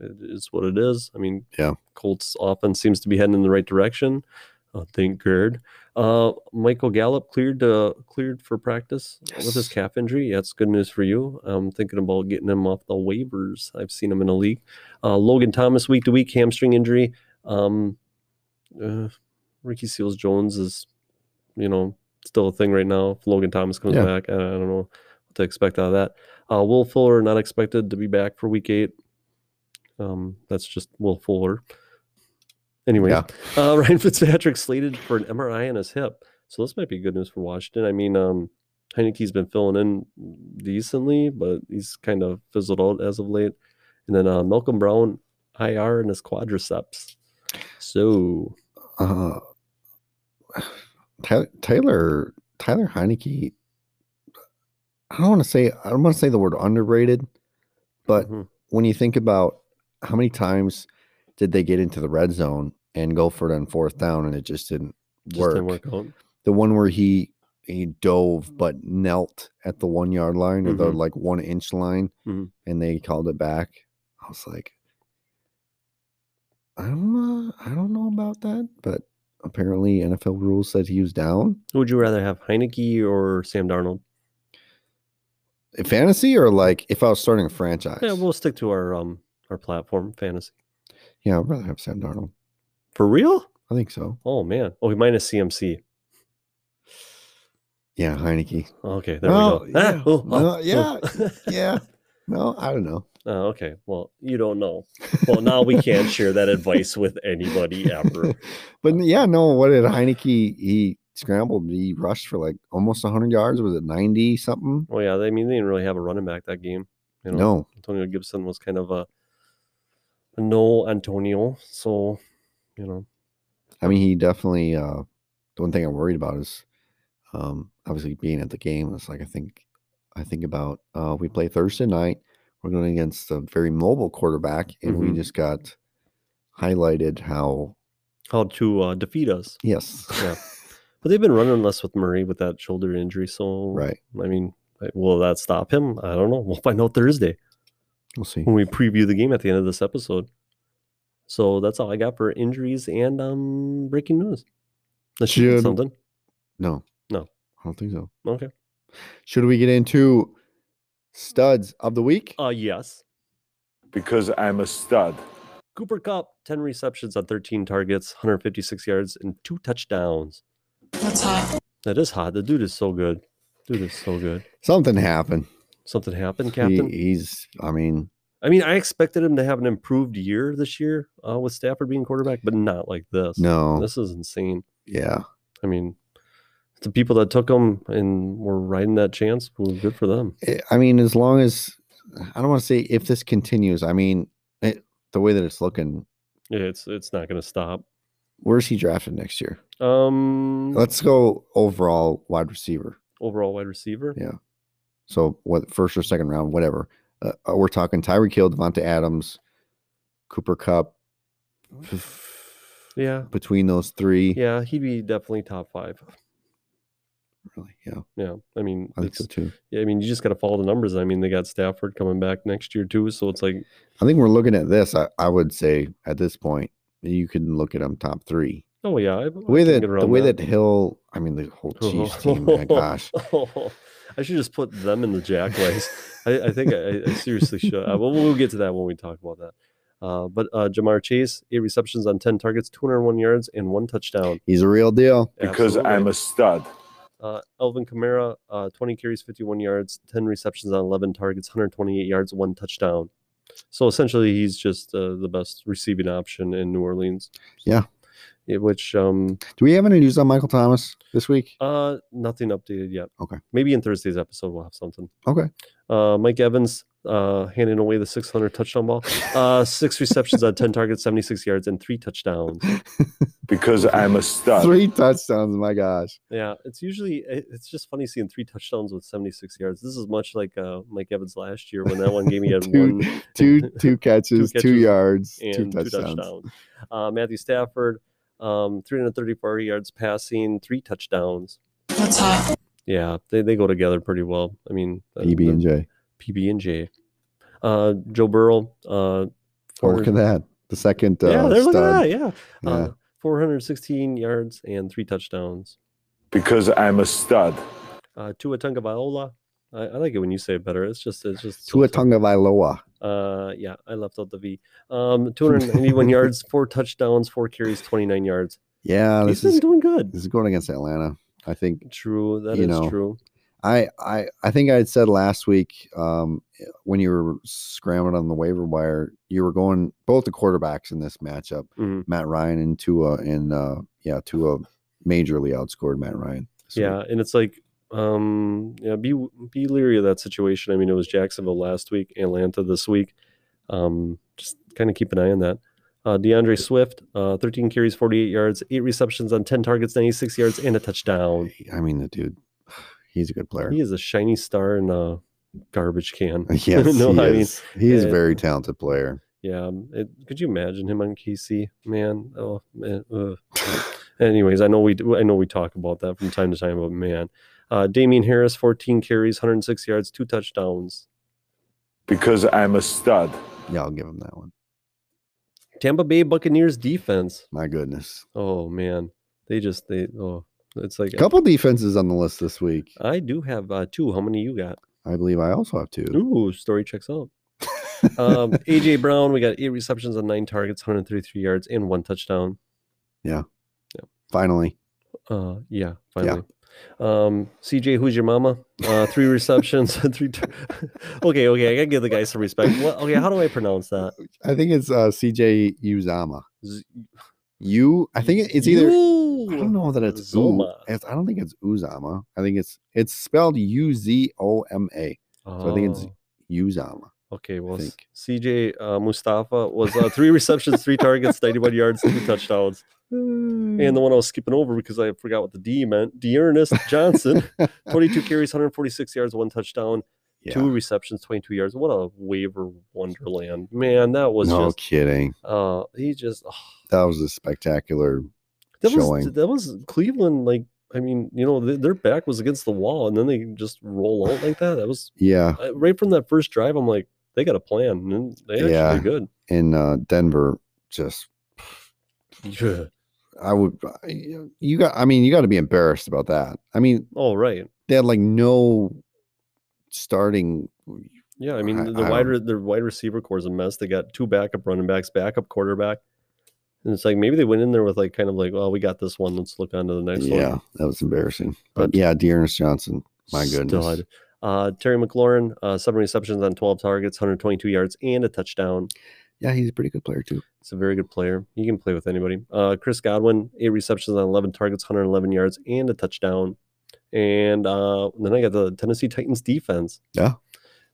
B: it is what it is. I mean,
A: Yeah.
B: Colts offense seems to be heading in the right direction. Uh, thank God. Uh, Michael Gallup cleared to, cleared for practice with his
A: Yes.
B: calf injury. That's good news for you. I'm thinking about getting him off the waivers. I've seen him in the league. Uh, Logan Thomas week to week hamstring injury. Um, uh, Ricky Seals Jones is, you know, still a thing right now. If Logan Thomas comes
A: Yeah.
B: back, I I don't know what to expect out of that. Uh, Will Fuller not expected to be back for week eight. Um, that's just Will Fuller. Anyway,
A: Yeah.
B: uh, [LAUGHS] Ryan Fitzpatrick slated for an MRI on his hip, so this might be good news for Washington. I mean, um, Heineke's been filling in decently, but he's kind of fizzled out as of late. And then uh, Malcolm Brown IR and his quadriceps. So
A: Uh, Ty- Taylor Tyler Heineke. I don't want to say I don't want to say the word underrated, but
B: mhm.
A: when you think about how many times did they get into the red zone and go for it on fourth down and it just didn't
B: Just
A: work.
B: didn't work out.
A: The one where he he
B: Mm-hmm.
A: dove but knelt at the one yard line or the
B: Mhm.
A: like one inch line
B: Mhm.
A: and they called it back. I was like, I don't uh, I don't know about that, but apparently NFL rules said he was down.
B: Who Would you rather have Heineke or Sam Darnold?
A: In fantasy or like if I was starting a franchise.
B: Yeah, we'll stick to our um our platform fantasy.
A: yeah I'd rather have Sam Darnold.
B: For real?
A: I think so.
B: Oh man. Oh, minus CMC.
A: Yeah, Heineke.
B: Okay, there
A: Oh,
B: we go.
A: yeah.
B: Ah, [LAUGHS] oh, oh,
A: No,
B: [LAUGHS] oh.
A: yeah, yeah. No, I don't know.
B: Oh, okay. Well, you
A: [LAUGHS]
B: don't know. Well, now we can't share that advice with
A: [LAUGHS]
B: anybody ever.
A: But yeah, no. What did Heineke? He scrambled. He rushed for like almost 100 yards. Was it 90 something?
B: Well, yeah, they, I mean, they didn't really have a running back that game. You know,
A: No.
B: Antonio Gibson was kind of a, a no Antonio. So, you know,
A: I mean, he definitely. uh The one thing I'm worried about is, um obviously, being at the game. It's like I think, I think about uh we play Thursday night. We're going against a very mobile quarterback, and
B: Mhm.
A: we just got highlighted how
B: how to uh, defeat us.
A: yes,
B: Yeah. But they've been running us with Murray with that shoulder injury. So,
A: [LAUGHS] right.
B: I mean, like, will that stop him? I don't know. [LAUGHS] We'll find out Thursday
A: We'll see.
B: when we preview the game at the end of this episode. So that's all I got for injuries and um breaking news. Let's
A: Should-
B: something.
A: No,
B: No.
A: I don't think so.
B: Okay.
A: Should we get into studs of the week?
B: Uh yes.
E: because I'm a stud.
B: Cooper Cup, 10 receptions on 13 targets, 156 yards, and two touchdowns.
D: That's hot.
B: That is hot. The dude is so good. Dude is so good.
A: Something happened.
B: Something happened,
A: He,
B: Captain.
A: he's. I mean,
B: I mean, I expected him to have an improved year this year uh, with Stafford being quarterback, but not like this.
A: no.
B: This is insane.
A: Yeah.
B: I mean, the people that took him and were riding that chance, well, good for them.
A: I- I mean, as long as I don't want to say if this continues. I mean, it, the way that it's looking,
B: Yeah, it's it's not going to stop.
A: where's he drafted next year?
B: Um,
A: Let's go overall wide receiver.
B: overall wide receiver.
A: Yeah. So what first or second round, whatever. Uh, uh, we're talking Tyreek Hill, Devonta Adams, Cooper Cup.
B: Yeah.
A: Between those three,
B: Yeah, he'd be definitely top five.
A: really, yeah,
B: Yeah, I mean,
A: I think so
B: it's-
A: too.
B: yeah, I mean, you just got to follow the numbers. I mean, they got Stafford coming back next year too, so it's like,
A: I think we're looking at this. I, I would say at this point, you can look at them top three.
B: oh yeah, I,
A: The way that the way that. Hill, I mean the whole Chiefs
B: [LAUGHS]
A: team. My gosh,
B: I should just put them in the
A: [LAUGHS]
B: jacklegs. I, I think I, I seriously should. Uh, we'll, we'll get to that when we talk about that. Uh, but uh, Jamar Chase, eight receptions on 10 targets, 201 yards, and one touchdown.
A: he's a real deal.
E: Because I'm a stud.
B: Uh, Elvin Kamara, uh, 20 carries, 51 yards, 10 receptions on 11 targets, 128 yards, one touchdown. So essentially, he's just uh, the best receiving option in New Orleans.
A: Yeah.
B: Yeah, Which um,
A: Do we have any news on Michael Thomas this week?
B: Uh, nothing updated yet.
A: Okay.
B: Maybe in Thursday's episode we'll have something.
A: Okay.
B: Uh, Mike Evans uh handing away the 600 touchdown ball. Uh, six receptions on 10 targets, 76 yards, and three touchdowns.
E: Because I'm a stud.
A: Three touchdowns. My gosh,
B: Yeah, it's usually it- it's just funny seeing three touchdowns with 76 yards. This is much like uh Mike Evans last year when that one game he
A: [LAUGHS]
B: had
A: Two
B: one
A: two
B: [LAUGHS]
A: two catches, two,
B: catches
A: yards,
B: and
A: two touchdowns.
B: Uh, Matthew Stafford, um, 334 yards passing, three touchdowns.
D: That's hot.
B: Yeah, they, they go together pretty well. I mean, that-
A: EB
B: that-
A: and J.
B: PB and J. Uh, Joe Burrow. Uh,
A: Oh, look at
B: 400
A: that. The second. Uh,
B: Yeah, they're looking at
A: stud.
B: that. Yeah.
A: Yeah.
B: Uh, 416 yards and three touchdowns.
E: Because I'm a stud.
B: Uh, Tua Tungavailoa. I, I like it when you say it better. It's just, it's just
A: Tua Tonga Vailoa.
B: Uh, yeah, I left out the V. Um,
A: [LAUGHS]
B: 291 yards, four touchdowns, four carries, 29 yards.
A: Yeah,
B: He's
A: this
B: been
A: is
B: doing good.
A: this is going against Atlanta. I think
B: True. That is
A: you know,
B: true.
A: I, I I think I had said last week um, when you were scrambling on the waiver wire, you were going both the quarterbacks in this matchup,
B: Mhm.
A: Matt Ryan and Tua, and uh, yeah, Tua majorly outscored Matt Ryan. this week.
B: Yeah, and it's like, um, yeah, be be leery of that situation. I mean, it was Jacksonville last week, Atlanta this week. Um, just kind of keep an eye on that. Uh, DeAndre Swift, uh, 13 carries, 48 yards, eight receptions on 10 targets, 96 yards, and a touchdown.
A: He- I mean the dude, [SIGHS] he's a good player.
B: He is a shiny star in a garbage can.
A: [LAUGHS] yes,
B: [LAUGHS] no,
A: he
B: I mean,
A: is. he is a
B: uh,
A: very talented player.
B: yeah. um, It, could you imagine him on KC, man? Oh, man. ugh. Anyways, I know we do- I know we talk about that from time to time, but man, uh, Damien Harris, 14 carries, 106 yards, two touchdowns.
E: Because I'm a stud.
A: Yeah, I'll give him that one.
B: Tampa Bay Buccaneers defense.
A: My goodness,
B: Oh man, they just they oh it's like
A: a couple defenses on the list this week.
B: I do have uh, two. How many you got?
A: I believe I also have two.
B: Ooh, story checks out.
A: [LAUGHS]
B: Um, AJ Brown, we got eight receptions on nine targets, 133 yards, and one touchdown.
A: Finally,
B: Uh, yeah, finally. Um, CJ, who's your mama? Uh, three receptions, [LAUGHS] three. T- okay, okay, I gotta give the guy some respect. What, okay, how do I pronounce that?
A: I think it's uh, CJ Uzama.
B: Z-
A: You, I think it- it's either. I
B: You-
A: don't know that it's Zoma.
B: Zoma.
A: I don't think it's Uzama. I think it's it's spelled U Z O M A. I think it's-
B: Oh,
A: Uzama.
B: okay. Well, s-
A: think.
B: CJ uh, Mustafa was uh, three receptions, three
A: [LAUGHS]
B: targets, 91 yards, two touchdowns. And the one I was skipping over because I forgot what the D meant, Dearness
A: [LAUGHS]
B: Johnson, 22 carries, 146 yards, one touchdown,
A: Yeah.
B: two receptions, 22 yards. What a waiver wonderland. Man, that was
A: no
B: just,
A: kidding.
B: uh, he just, oh,
A: That was a spectacular.
B: that was,
A: showing.
B: that was Cleveland. Like, I mean, you know, th- their back was against the wall and then they just roll out like that. That was
A: Yeah,
B: I- right from that first drive. I'm like, they got a plan. And they actually
A: Yeah.
B: are good.
A: in uh, Denver, just [LAUGHS] I would. You got. I mean, you got to be embarrassed about that. I mean,
B: All right.
A: they had like no starting.
B: Yeah, I mean
A: I-
B: the
A: I
B: wide
A: don't-
B: re- their wide receiver core is a mess. They got two backup running backs, backup quarterback, and it's like maybe they went in there with like kind of like, well, we got this one. Let's look on to the next
A: Yeah,
B: one.
A: that was embarrassing. But
B: But-
A: yeah, Dearness Johnson. My goodness.
B: Stud. Uh, Terry McLaurin, uh, seven receptions on twelve targets, 122 yards, and a touchdown.
A: Yeah, he's a pretty good player too.
B: He's a very good player. He can play with anybody. Uh, Chris Godwin, eight receptions on 11 targets, 111 yards, and a touchdown. And uh, then I got the Tennessee Titans defense.
A: Yeah.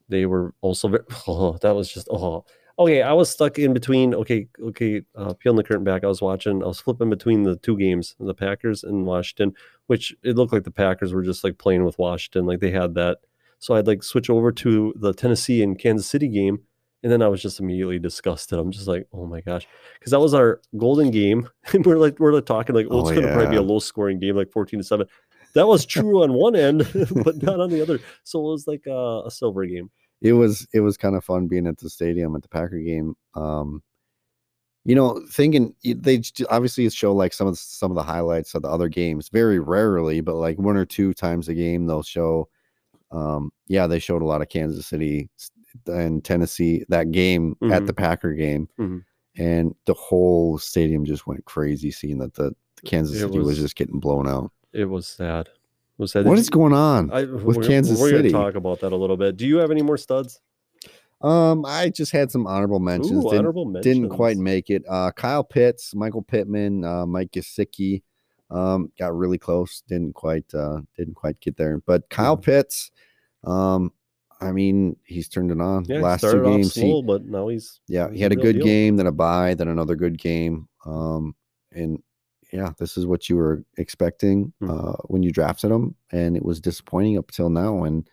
B: They were also very, [LAUGHS] oh, that was just, oh. Okay, I was stuck in between. Okay, okay, uh, peeling the curtain back. I was watching, I was flipping between the two games, the Packers and Washington, which it looked like the Packers were just like playing with Washington. Like they had that. So I'd like switch over to the Tennessee and Kansas City game. And then I was just immediately disgusted. I'm just like, oh my gosh because that was our golden game. [LAUGHS] And we're like, we're like talking like, oh, it's
A: Oh,
B: going to probably be a
A: yeah.
B: low scoring game, like 14 to 7. That was true on one end, [LAUGHS] but not on the other. So it was like uh, a silver game.
A: It was it was kind of fun being at the stadium at the Packer game. Um, you know, thinking y- they j- obviously show like some of the, some of the highlights of the other games. Very rarely, but like one or two times a game, they'll show. Um, yeah, they showed a lot of Kansas City s- and Tennessee that game
B: Mm-hmm.
A: at the Packer game,
B: Mhm.
A: and the whole stadium just went crazy seeing that the Kansas
B: It
A: City was,
B: was-
A: just getting blown out.
B: It was sad. It was sad.
A: What
B: Did
A: is
B: you-
A: going on?
B: I, with
A: Kansas
B: we're
A: City?
B: We're going to talk about that a little bit. Do you have any more studs?
A: Um, I just had some honorable mentions.
B: Ooh,
A: didn't-
B: honorable mentions.
A: didn't quite make it. Uh, Kyle Pitts, Michael Pittman, uh, Mike Gesicki, um, got really close. Didn't quite, uh, didn't quite get there. But Kyle Pitts, um, I mean, he's turned it on.
B: Yeah,
A: Last two
B: started off
A: games, he-
B: slow, but now he's
A: yeah, he
B: he's
A: had a
B: real
A: good
B: deal.
A: game, then a bye, then another good game. Um, and yeah, this is what you were expecting
B: Mhm.
A: uh, when you drafted him, and it was disappointing up till now. And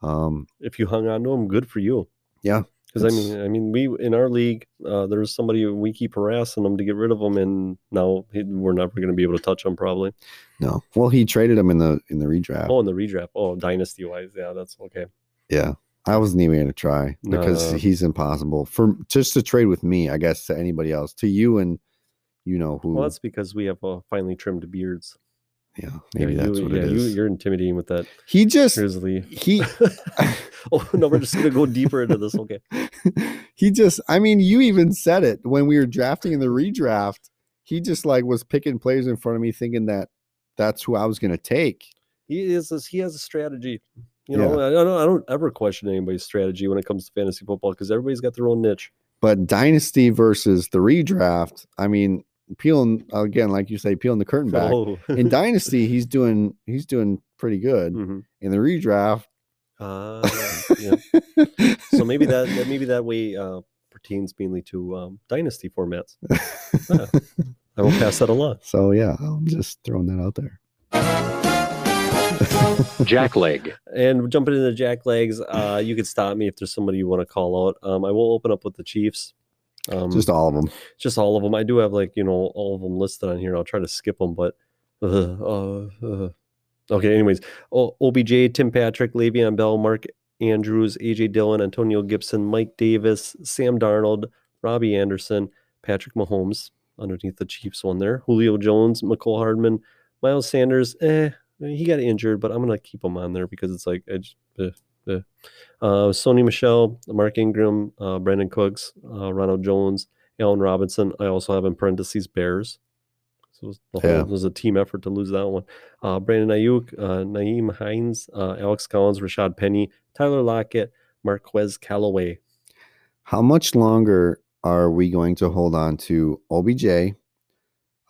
A: um,
B: if you hung on to him, good for you.
A: Yeah,
B: Because I
A: it's-
B: mean, I mean, we in our league, uh, there's somebody we keep harassing them to get rid of him, and now he, we're never going to be able to touch him probably.
A: No. Well, he traded him in the in the redraft.
B: Oh, in the redraft. Oh, dynasty wise, yeah, that's okay.
A: Yeah. I wasn't even gonna try
B: No,
A: because
B: no.
A: he's impossible for just to trade with me. I guess to anybody else, to you and you know who.
B: Well, that's because we have uh, finely trimmed beards.
A: yeah, maybe
B: yeah,
A: that's
B: you,
A: what
B: yeah,
A: it is.
B: You, you're intimidating with that
A: he just
B: grizzly.
A: he
B: [LAUGHS]
A: [LAUGHS]
B: oh no, we're just gonna go deeper into this. Okay,
A: he just. I mean, you even said it when we were drafting in the redraft. He just like was picking players in front of me, thinking that that's who I was gonna take.
B: he is. this- He has a strategy. You know, I, I don't. I don't ever question anybody's strategy when it comes to fantasy football because everybody's got their own niche.
A: But dynasty versus the redraft. I mean, peeling again, like you say, peeling the curtain back.
B: Oh. [LAUGHS]
A: in dynasty he's doing he's doing pretty good
B: Mhm.
A: in the redraft
B: [LAUGHS] Uh, yeah. So maybe that, that maybe that way uh, pertains mainly to um, dynasty formats.
A: [LAUGHS]
B: Yeah. I will pass that along.
A: so yeah i'm just throwing that out there
C: Jack Leg.
B: And we're jumping into Jack Legs, uh, you could stop me if there's somebody you want to call out. Um, I will open up with the Chiefs. Um,
A: just
B: just,
A: all of them
B: all of them. I do have like you know all of them listed on here. I'll try to skip them, but uh, uh, okay. Anyways, o- OBJ, Tim Patrick, Le'Veon Bell, Mark Andrews, AJ Dillon, Antonio Gibson, Mike Davis, Sam Darnold, Robbie Anderson, Patrick Mahomes underneath the Chiefs one there, Julio Jones, McCole Hardman, Miles Sanders. Eh, he got injured, but I'm gonna keep him on there because it's like I just. eh, eh. Uh, Sony Michelle, Mark Ingram, uh, Brandon Cooks, uh, Ronald Jones, Allen Robinson. I also have in parentheses Bears. So it was, the
A: Yeah.
B: whole, it was a team effort to lose that one. Uh, Brandon Ayuk, uh, Naeem Hines, uh, Alex Collins, Rashad Penny, Tyler Lockett, Marquez Callaway.
A: How much longer are we going to hold on to OBJ,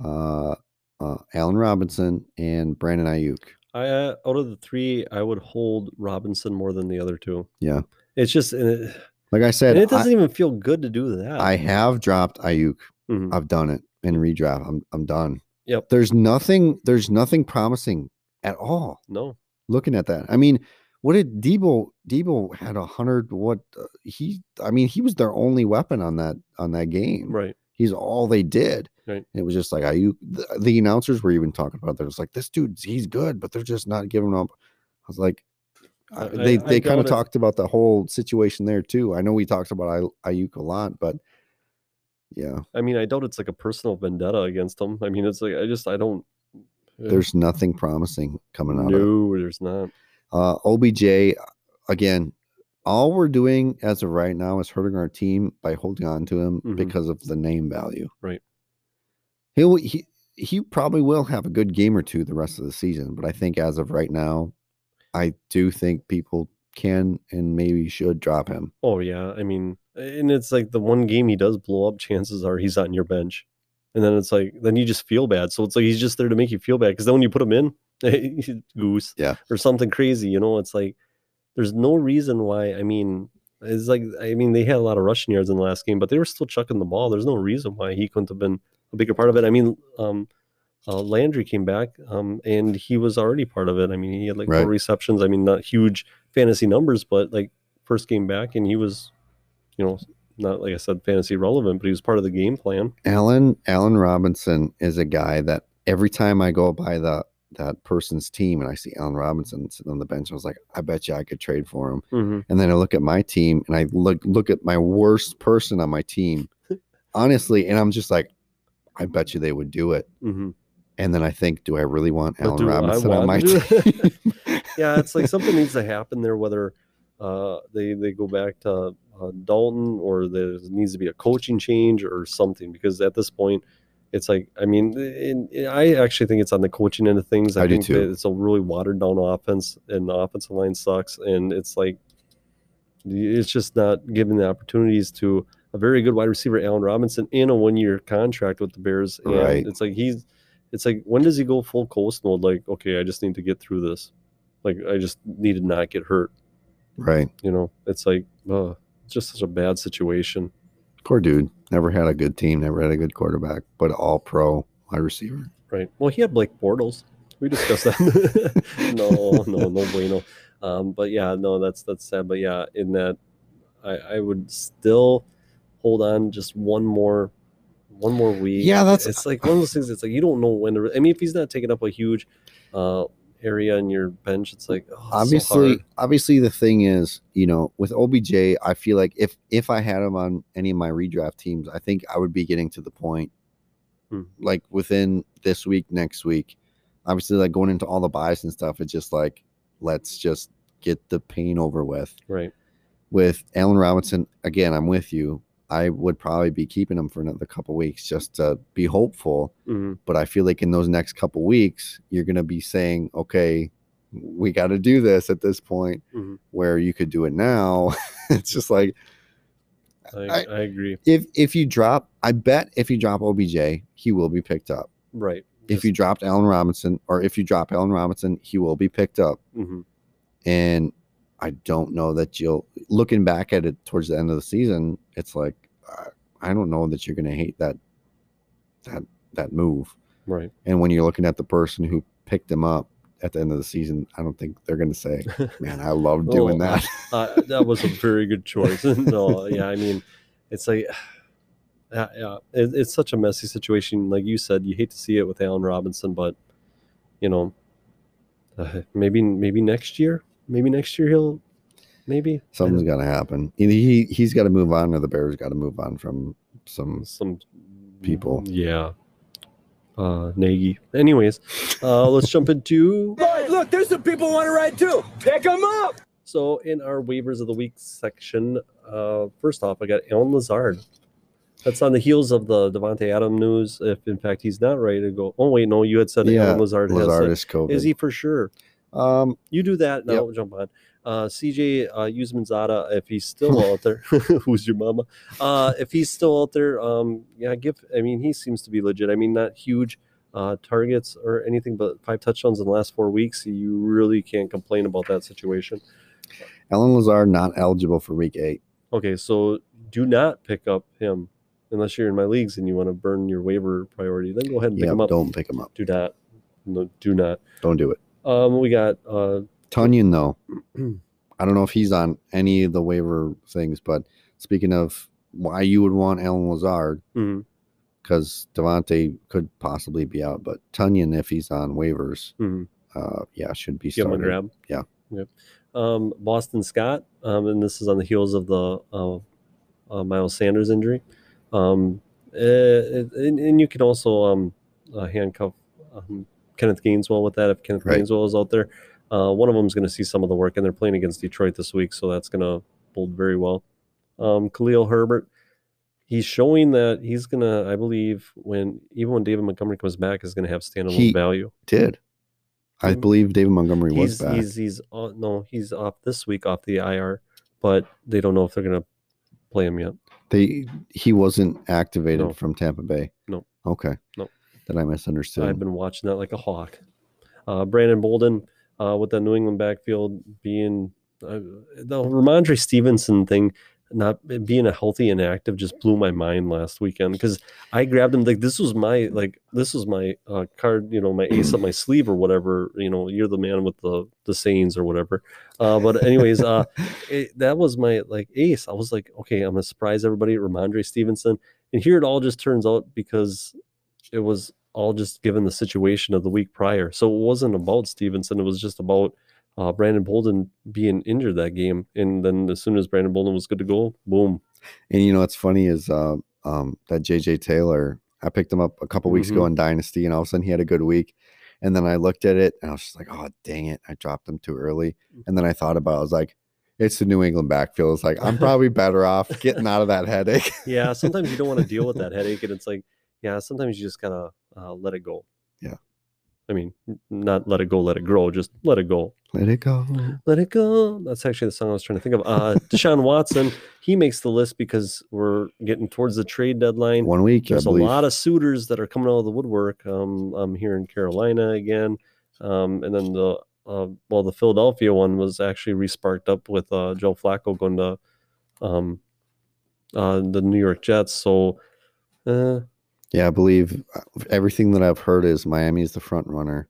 A: uh, uh, Allen Robinson, and Brandon Ayuk?
B: I uh, out of the three, I would hold Robinson more than the other two.
A: Yeah.
B: it's just and it,
A: Like I said,
B: and it
A: I-
B: doesn't even feel good to do that.
A: I have dropped Ayuk.
B: Mhm.
A: I've done it and redraft. I'm I'm done.
B: Yep.
A: There's nothing. There's nothing promising at all.
B: no,
A: Looking at that, I mean, what did Debo? Debo had a hundred. What uh, he? I mean, he was their only weapon on that on that game.
B: right?
A: He's all they did.
B: Right.
A: And it was just like Ayuk. The, the announcers were even talking about. They're just like, this dude's he's good, but they're just not giving up. I was like. I-
B: I-
A: they
B: I
A: they kind of
B: doubt it.
A: talked about the whole situation there too. I know we talked about Ay- Ayuk a lot, but yeah,
B: I mean, I doubt it's like a personal vendetta against him. I mean, it's like I just I don't. uh,
A: there's nothing promising coming out of it.
B: no, there's not.
A: Uh, OBJ, again, all we're doing as of right now is hurting our team by holding on to him
B: Mhm.
A: because of the name value.
B: Right.
A: He'll he he probably will have a good game or two the rest of the season, but I think as of right now, I do think people can and maybe should drop him.
B: Oh yeah, I mean, and it's like the one game he does blow up, chances are he's on your bench, and then it's like then you just feel bad. So it's like he's just there to make you feel bad because then when you put him in, [LAUGHS] he's goose,
A: Yeah.
B: or something crazy, you know, it's like there's no reason why. I mean, it's like I mean they had a lot of rushing yards in the last game, but they were still chucking the ball. There's no reason why he couldn't have been a bigger part of it. I mean, um, uh, Landry came back, um, and he was already part of it. I mean, he had like
A: Right.
B: four receptions. I mean, not huge fantasy numbers, but like first game back, and he was, you know, not like I said, fantasy relevant, but he was part of the game plan.
A: Alan Alan Robinson is a guy that every time I go by the that person's team and I see Alan Robinson sitting on the bench, I was like, I bet you I could trade for him.
B: Mm-hmm.
A: And then I look at my team and I look look at my worst person on my
B: [LAUGHS]
A: team, honestly, and I'm just like, I bet you they would do it.
B: Mm-hmm.
A: And then I think, do I really want
B: But
A: Alan
B: do I
A: Robinson on my
B: want to do
A: team?
B: [LAUGHS]
A: [LAUGHS]
B: Yeah, it's like something needs to happen there, whether uh, they they go back to uh, Dalton or there needs to be a coaching change or something, because at this point. It's like I mean, in, in- I actually think it's on the coaching end of things. I,
A: I do
B: think
A: too.
B: that it's a really watered down offense, and the offensive line sucks. And it's like it's just not giving the opportunities to a very good wide receiver, Allen Robinson, in a one-year contract with the Bears. And
A: Right.
B: It's like he's, it's like when does he go full coast mode? Like, okay, I just need to get through this. Like, I just need to not get hurt.
A: right.
B: You know, it's like, uh, it's just such a bad situation.
A: Poor dude. Never had a good team, never had a good quarterback, but all pro wide receiver.
B: Right. Well, he had Blake Bortles. We discussed that. [LAUGHS] no, no, no bueno. Um, but yeah, no, that's that's sad. But yeah, in that, I, I would still hold on just one more, one more week.
A: Yeah, that's-
B: it's like one of those things. It's like you don't know when to. I mean, if he's not taking up a huge uh, area in your bench, it's like oh, it's so
A: obviously
B: hard.
A: obviously the thing is you know with obj i feel like if if i had him on any of my redraft teams i think i would be getting to the point
B: Hmm.
A: like within this week next week obviously like going into all the buys and stuff it's just like let's just get the pain over with
B: right.
A: with Allen Robinson, again, I'm with you. I would probably be keeping him for another couple weeks just to be hopeful.
B: Mhm.
A: But I feel like in those next couple weeks, you're going to be saying, okay, we got to do this at this point
B: Mhm.
A: where you could do it now. [LAUGHS] it's just like
B: I,
A: I-
B: I agree.
A: if if you drop, I bet if you drop OBJ, he will be picked up.
B: Right.
A: If you dropped Allen Robinson or if you drop Allen Robinson, he will be picked up.
B: hmm
A: And I don't know that you'll looking back at it towards the end of the season, it's like uh, I don't know that you're going to hate that that that move.
B: Right.
A: And when you're looking at the person who picked him up at the end of the season, I don't think they're going to
B: [LAUGHS]
A: say, "Man, I love doing
B: Oh, [LAUGHS] uh,
A: that." [LAUGHS]
B: uh, that was a very good choice. no, yeah, I mean, it's like, [SIGHS] yeah, yeah it, it's such a messy situation. Like you said, you hate to see it with Allen Robinson, but you know, uh, maybe maybe next year, maybe next year he'll, maybe I
A: Something's
B: don't-
A: got to happen. Either he he's got to move on, or the Bears got to move on from some.
B: some
A: People.
B: Yeah, uh, Nagy. Anyways, uh, let's jump into
D: Boys, look, there's some people who want to ride too. Pick them up.
B: So in our waivers of the week section, uh, first off, I got Alan Lazard. That's on the heels of the Devonte Adam news. If in fact he's not ready to go, oh wait, no, you had said that
A: Yeah,
B: Alan Lazard, has
A: Lazard
B: said-
A: is COVID.
B: Is he for sure?
A: Um,
B: You do that, and
A: Yep.
B: I'll jump on. Uh, CJ uh, Uzmanzada, if he's still out there, [LAUGHS] who's your mama? Uh, if he's still out there, um, yeah, give. I mean, he seems to be legit. I mean, not huge uh, targets or anything, but five touchdowns in the last four weeks. You really can't complain about that situation.
A: Alan Lazard not eligible for week eight.
B: Okay, so do not pick up him unless you're in my leagues and you want to burn your waiver priority. Then go ahead and pick
A: Yeah,
B: him up.
A: don't pick him up.
B: Do not. No, do not.
A: Don't do it.
B: Um, we got uh,
A: Tunyon
B: [CLEARS THROAT]
A: though, I don't know if he's on any of the waiver things, but speaking of why you would want Alan Lazard,
B: mhm,
A: because Devontae could possibly be out, but Tunyon, if he's on waivers,
B: mhm,
A: uh, yeah, should be
B: give him a
A: started.
B: grab.
A: Yeah.
B: Yep. Um, Boston Scott, um, and this is on the heels of the uh, uh, Miles Sanders injury. Um, uh, and, and you can also um, uh, handcuff um, Kenneth Gainswell with that if Kenneth
A: Right.
B: Gainswell is out there. Uh, one of them's going to see some of the work, and they're playing against Detroit this week, so that's going to hold very well. Um, Khalil Herbert, he's showing that he's going to, I believe, when even when David Montgomery comes back, is going to have standalone
A: He
B: value.
A: Did I
B: Mhm.
A: believe David Montgomery was
B: He's
A: back?
B: he's he's uh, no, he's off this week off the IR, but they don't know if they're going to play him yet.
A: They he wasn't activated
B: No.
A: from Tampa Bay.
B: No.
A: Okay.
B: No.
A: Then I misunderstood.
B: I've been watching that like a hawk. Uh, Brandon Bolden uh, with the New England backfield being uh, the Ramondre Stevenson thing, not being a healthy and active, just blew my mind last weekend because I grabbed him like this was my like this was my uh, card, you know, my ace up my sleeve or whatever. You know, you're the man with the the sayings or whatever. Uh, but anyways, uh, it, that was my like ace. I was like, okay, I'm gonna surprise everybody. Ramondre Stevenson, and here it all just turns out because it was all just given the situation of the week prior. So it wasn't about Stevenson. It was just about uh, Brandon Bolden being injured that game. And then as soon as Brandon Bolden was good to go, boom.
A: And you know what's funny is uh, um, that JJ Taylor. I picked him up a couple weeks
B: Mm-hmm.
A: ago in Dynasty, and all of a sudden he had a good week. And then I looked at it, and I was just like, "Oh, dang it! I dropped him too early."
B: Mm.
A: And then I thought about, it, I was like, "It's the New England backfield." It's like
B: [LAUGHS]
A: I'm probably better off getting out of that headache. [LAUGHS]
B: Yeah, sometimes you don't want to deal [LAUGHS] with that headache. And it's like, yeah, sometimes you just gotta uh, let it go.
A: Yeah.
B: I mean, n- not let it go, let it grow. Just let it go.
A: Let it go.
B: Let it go. That's actually the song I was trying to think of. Uh, Deshaun Watson, he makes the list because we're getting towards the trade deadline.
A: One week,
B: There's
A: I
B: a
A: believe.
B: lot of suitors that are coming out of the woodwork. Um, I'm here in Carolina again, um, and then the uh, well, the Philadelphia one was actually resparked up with uh, Joe Flacco going to um, uh, the New York Jets. So, uh,
A: Yeah, I believe uh, everything that I've heard is Miami is the front runner.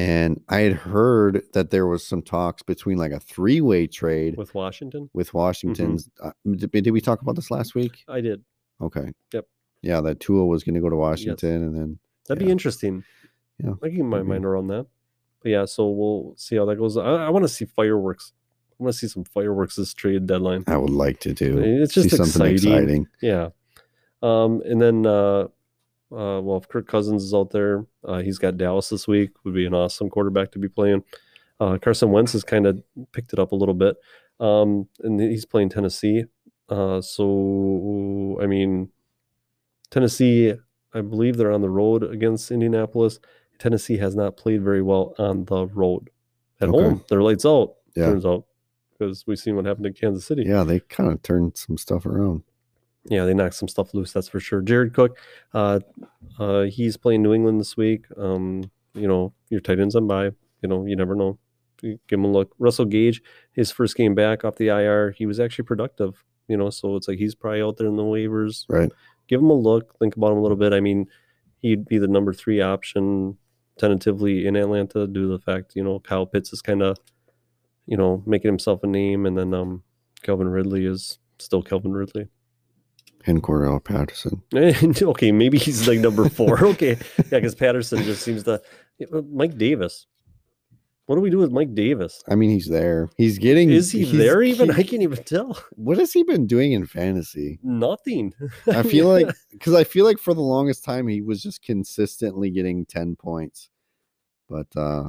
A: And I had heard that there was some talks between like a three-way trade with,
B: with Mm-hmm. Washington,
A: Washington's. Uh, did, did we talk about this last week?
B: I did.
A: Okay.
B: Yep.
A: Yeah, that Tua was going to go to Washington, and then
B: That'd be
A: Yeah.
B: interesting.
A: Yeah,
B: I can get my
A: maybe.
B: mind around that. But yeah, so we'll see how that goes. I, I want to see fireworks. I want to see some fireworks this trade deadline.
A: I would like to do
B: It's just
A: see something
B: exciting. [LAUGHS]
A: exciting.
B: Yeah. Um, and then, uh, uh, well, if Kirk Cousins is out there, uh, he's got Dallas this week. Would be an awesome quarterback to be playing. Uh, Carson Wentz has kind of picked it up a little bit, um, and he's playing Tennessee. Uh, so I mean, Tennessee, I believe they're on the road against Indianapolis. Tennessee has not played very well on the road. At
A: Okay.
B: home, they're lights out.
A: Yeah.
B: Turns out because we've seen what happened to Kansas City.
A: Yeah, they kind of turned some stuff around.
B: Yeah, they knocked some stuff loose, that's for sure. Jared Cook, uh, uh, he's playing New England this week. Um, you know, your tight ends on by. You know, you never know. You Give him a look. Russell Gage, his first game back off the IR, he was actually productive. You know, so it's like he's probably out there in the waivers.
A: Right.
B: Give him a look. Think about him a little bit. I mean, he'd be the number three option tentatively in Atlanta due to the fact you know Kyle Pitts is kind of you know making himself a name, and then um Kelvin Ridley is still Kelvin Ridley.
A: And Cordell Patterson.
B: And, [LAUGHS] okay, maybe he's like number four. [LAUGHS] okay, yeah, because Patterson just seems to. Yeah, but Mike Davis. What do we do with Mike Davis?
A: I mean, he's there. He's getting.
B: Is he
A: he's-
B: there even?
A: he-
B: I can't even tell. [LAUGHS]
A: what has he been doing in fantasy?
B: Nothing. [LAUGHS]
A: I feel like because I feel like for the longest time he was just consistently getting ten points. But uh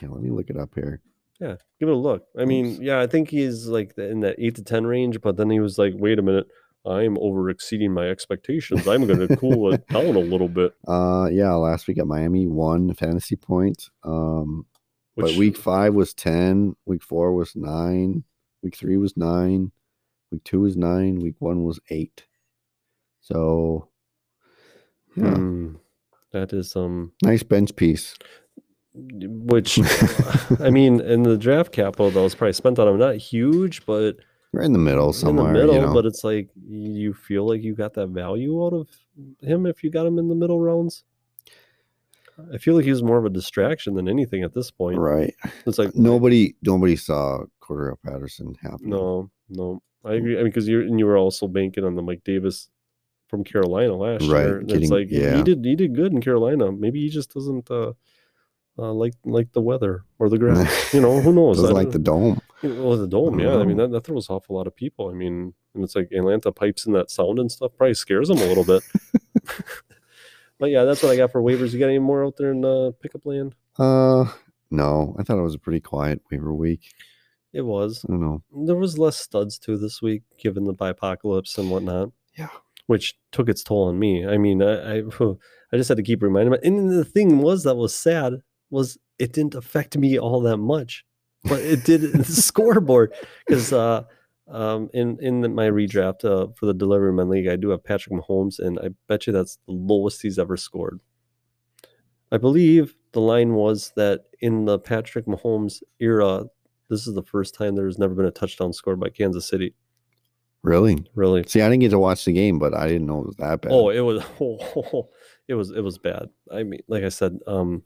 A: yeah, let me look it up here.
B: give it a look. I mean, yeah, I think he's like the- in that eight to ten range, but then he was like, wait a minute, I'm over exceeding my expectations. I'm going to
A: [LAUGHS]
B: cool it down a little bit.
A: Uh, yeah, last week at Miami, one fantasy point. Um,
B: Which
A: but week five was ten. Week four was nine. Week three was nine. Week two was nine. Week one was eight. So, yeah,
B: Hmm, that is um,
A: nice bench piece.
B: which I mean, in the draft capital that was probably spent on him, not huge, but
A: We're in the middle somewhere.
B: in the middle.
A: you know?
B: But it's like you feel like you got that value out of him if you got him in the middle rounds. I feel like he was more of a distraction than anything at this point.
A: right. [CLEARS THROAT]
B: It's like
A: Nobody, nobody saw Cordero Patterson happen.
B: No, no, I agree. I mean, because you and you were also banking on the Mike Davis from Carolina last
A: Right,
B: year. It's
A: getting-
B: like
A: yeah.
B: he did he did good in Carolina. Maybe he just doesn't uh, uh, like like the weather or
A: [LAUGHS]
B: the grass. you know, who knows?
A: Doesn't
B: I
A: like the
B: don't-
A: dome.
B: well, the dome. Yeah, I mean
A: No.
B: that, that throws off a lot of people. I mean, and it's like Atlanta pipes in that sound and stuff probably scares them a little bit. [LAUGHS] but yeah, that's what I got for waivers. You got any more out there in uh, pickup land?
A: Uh, no, I thought it was a pretty quiet waiver week.
B: It was.
A: I don't know.
B: there was less studs too this week, given the apocalypse and whatnot.
A: Yeah.
B: which took its toll on me. I mean, I I, I just had to keep reminding my. And the thing was that was sad was it didn't affect me all that much, but it did [LAUGHS] in the scoreboard because uh, um, in in the- my redraft uh, for the Deliveryman League, I do have Patrick Mahomes, and I bet you that's the lowest he's ever scored. I believe the line was that in the Patrick Mahomes era, this is the first time there's never been a touchdown scored by Kansas City.
A: Really?
B: Really?
A: See, I didn't get to watch the game, but I didn't know it was that bad.
B: Oh, it was [LAUGHS] oh, it was it was bad. I mean, like I said, um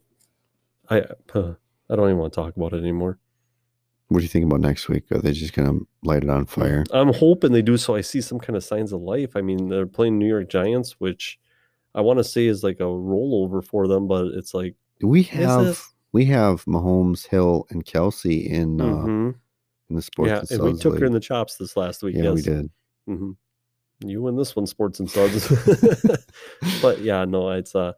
B: I uh, I don't even want to talk about it anymore.
A: What do you think about next week? Are they just gonna light it on fire?
B: I'm hoping they do so I see some kind of signs of life. I mean, they're playing New York Giants, which I want to say is like a rollover for them, but it's like
A: Do we
B: is
A: have
B: this-
A: we have Mahomes, Hill, and Kelsey in uh,
B: Mhm.
A: in the sports?
B: yeah,
A: and
B: and we
A: Subs
B: took her in
A: league?
B: the chops this last week.
A: yeah,
B: yes.
A: we did.
B: hmm You win this one, sports and subs. [LAUGHS] but yeah, no, it's uh,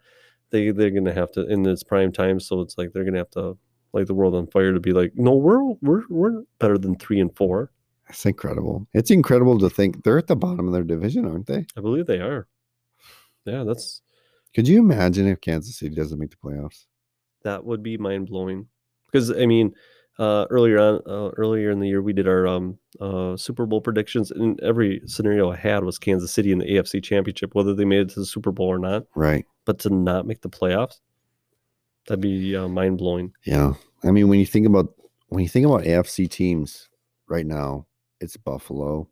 B: they they're gonna have to, and it's prime time, so it's like they're gonna have to light the world on fire to be like, no, we're we're we're better than three and four.
A: That's incredible. It's incredible to think they're at the bottom of their division, aren't they?
B: I believe they are. Yeah, that's
A: Could you imagine if Kansas City doesn't make the playoffs?
B: that would be mind blowing because I mean, uh, earlier on, uh, earlier in the year, we did our um uh Super Bowl predictions, and every scenario I had was Kansas City in the AFC Championship, whether they made it to the Super Bowl or not.
A: Right.
B: but to not make the playoffs, that'd be uh, mind blowing.
A: Yeah. I mean, when you think about when you think about AFC teams right now, it's Buffalo.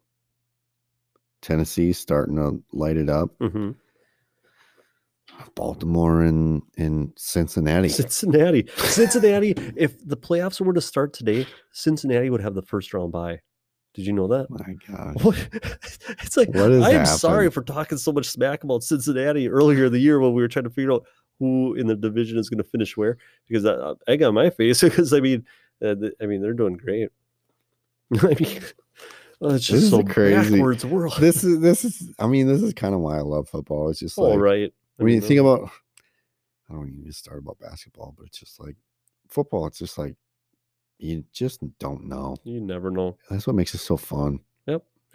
A: Tennessee starting to light it up.
B: hmm
A: Baltimore and and Cincinnati.
B: Cincinnati, Cincinnati. if the playoffs were to start today, Cincinnati would have the first round bye. Did you know that?
A: My God.
B: What? [LAUGHS] It's like
A: What has
B: I'm sorry
A: happened?
B: for talking so much smack about Cincinnati earlier in the year when we were trying to figure out who in the division is going to finish where because I, I got my face [LAUGHS] because I mean, uh, th- I mean they're doing great. [LAUGHS] I mean, oh,
A: This
B: it's just
A: is
B: so
A: a crazy-
B: backwards world.
A: This is this is I mean, this is kind of why I love football. It's just
B: all
A: like
B: right. I
A: when you
B: mean,
A: think about I don't even start about basketball, but it's just like football, it's just like you just don't know.
B: you never know.
A: That's what makes it so fun.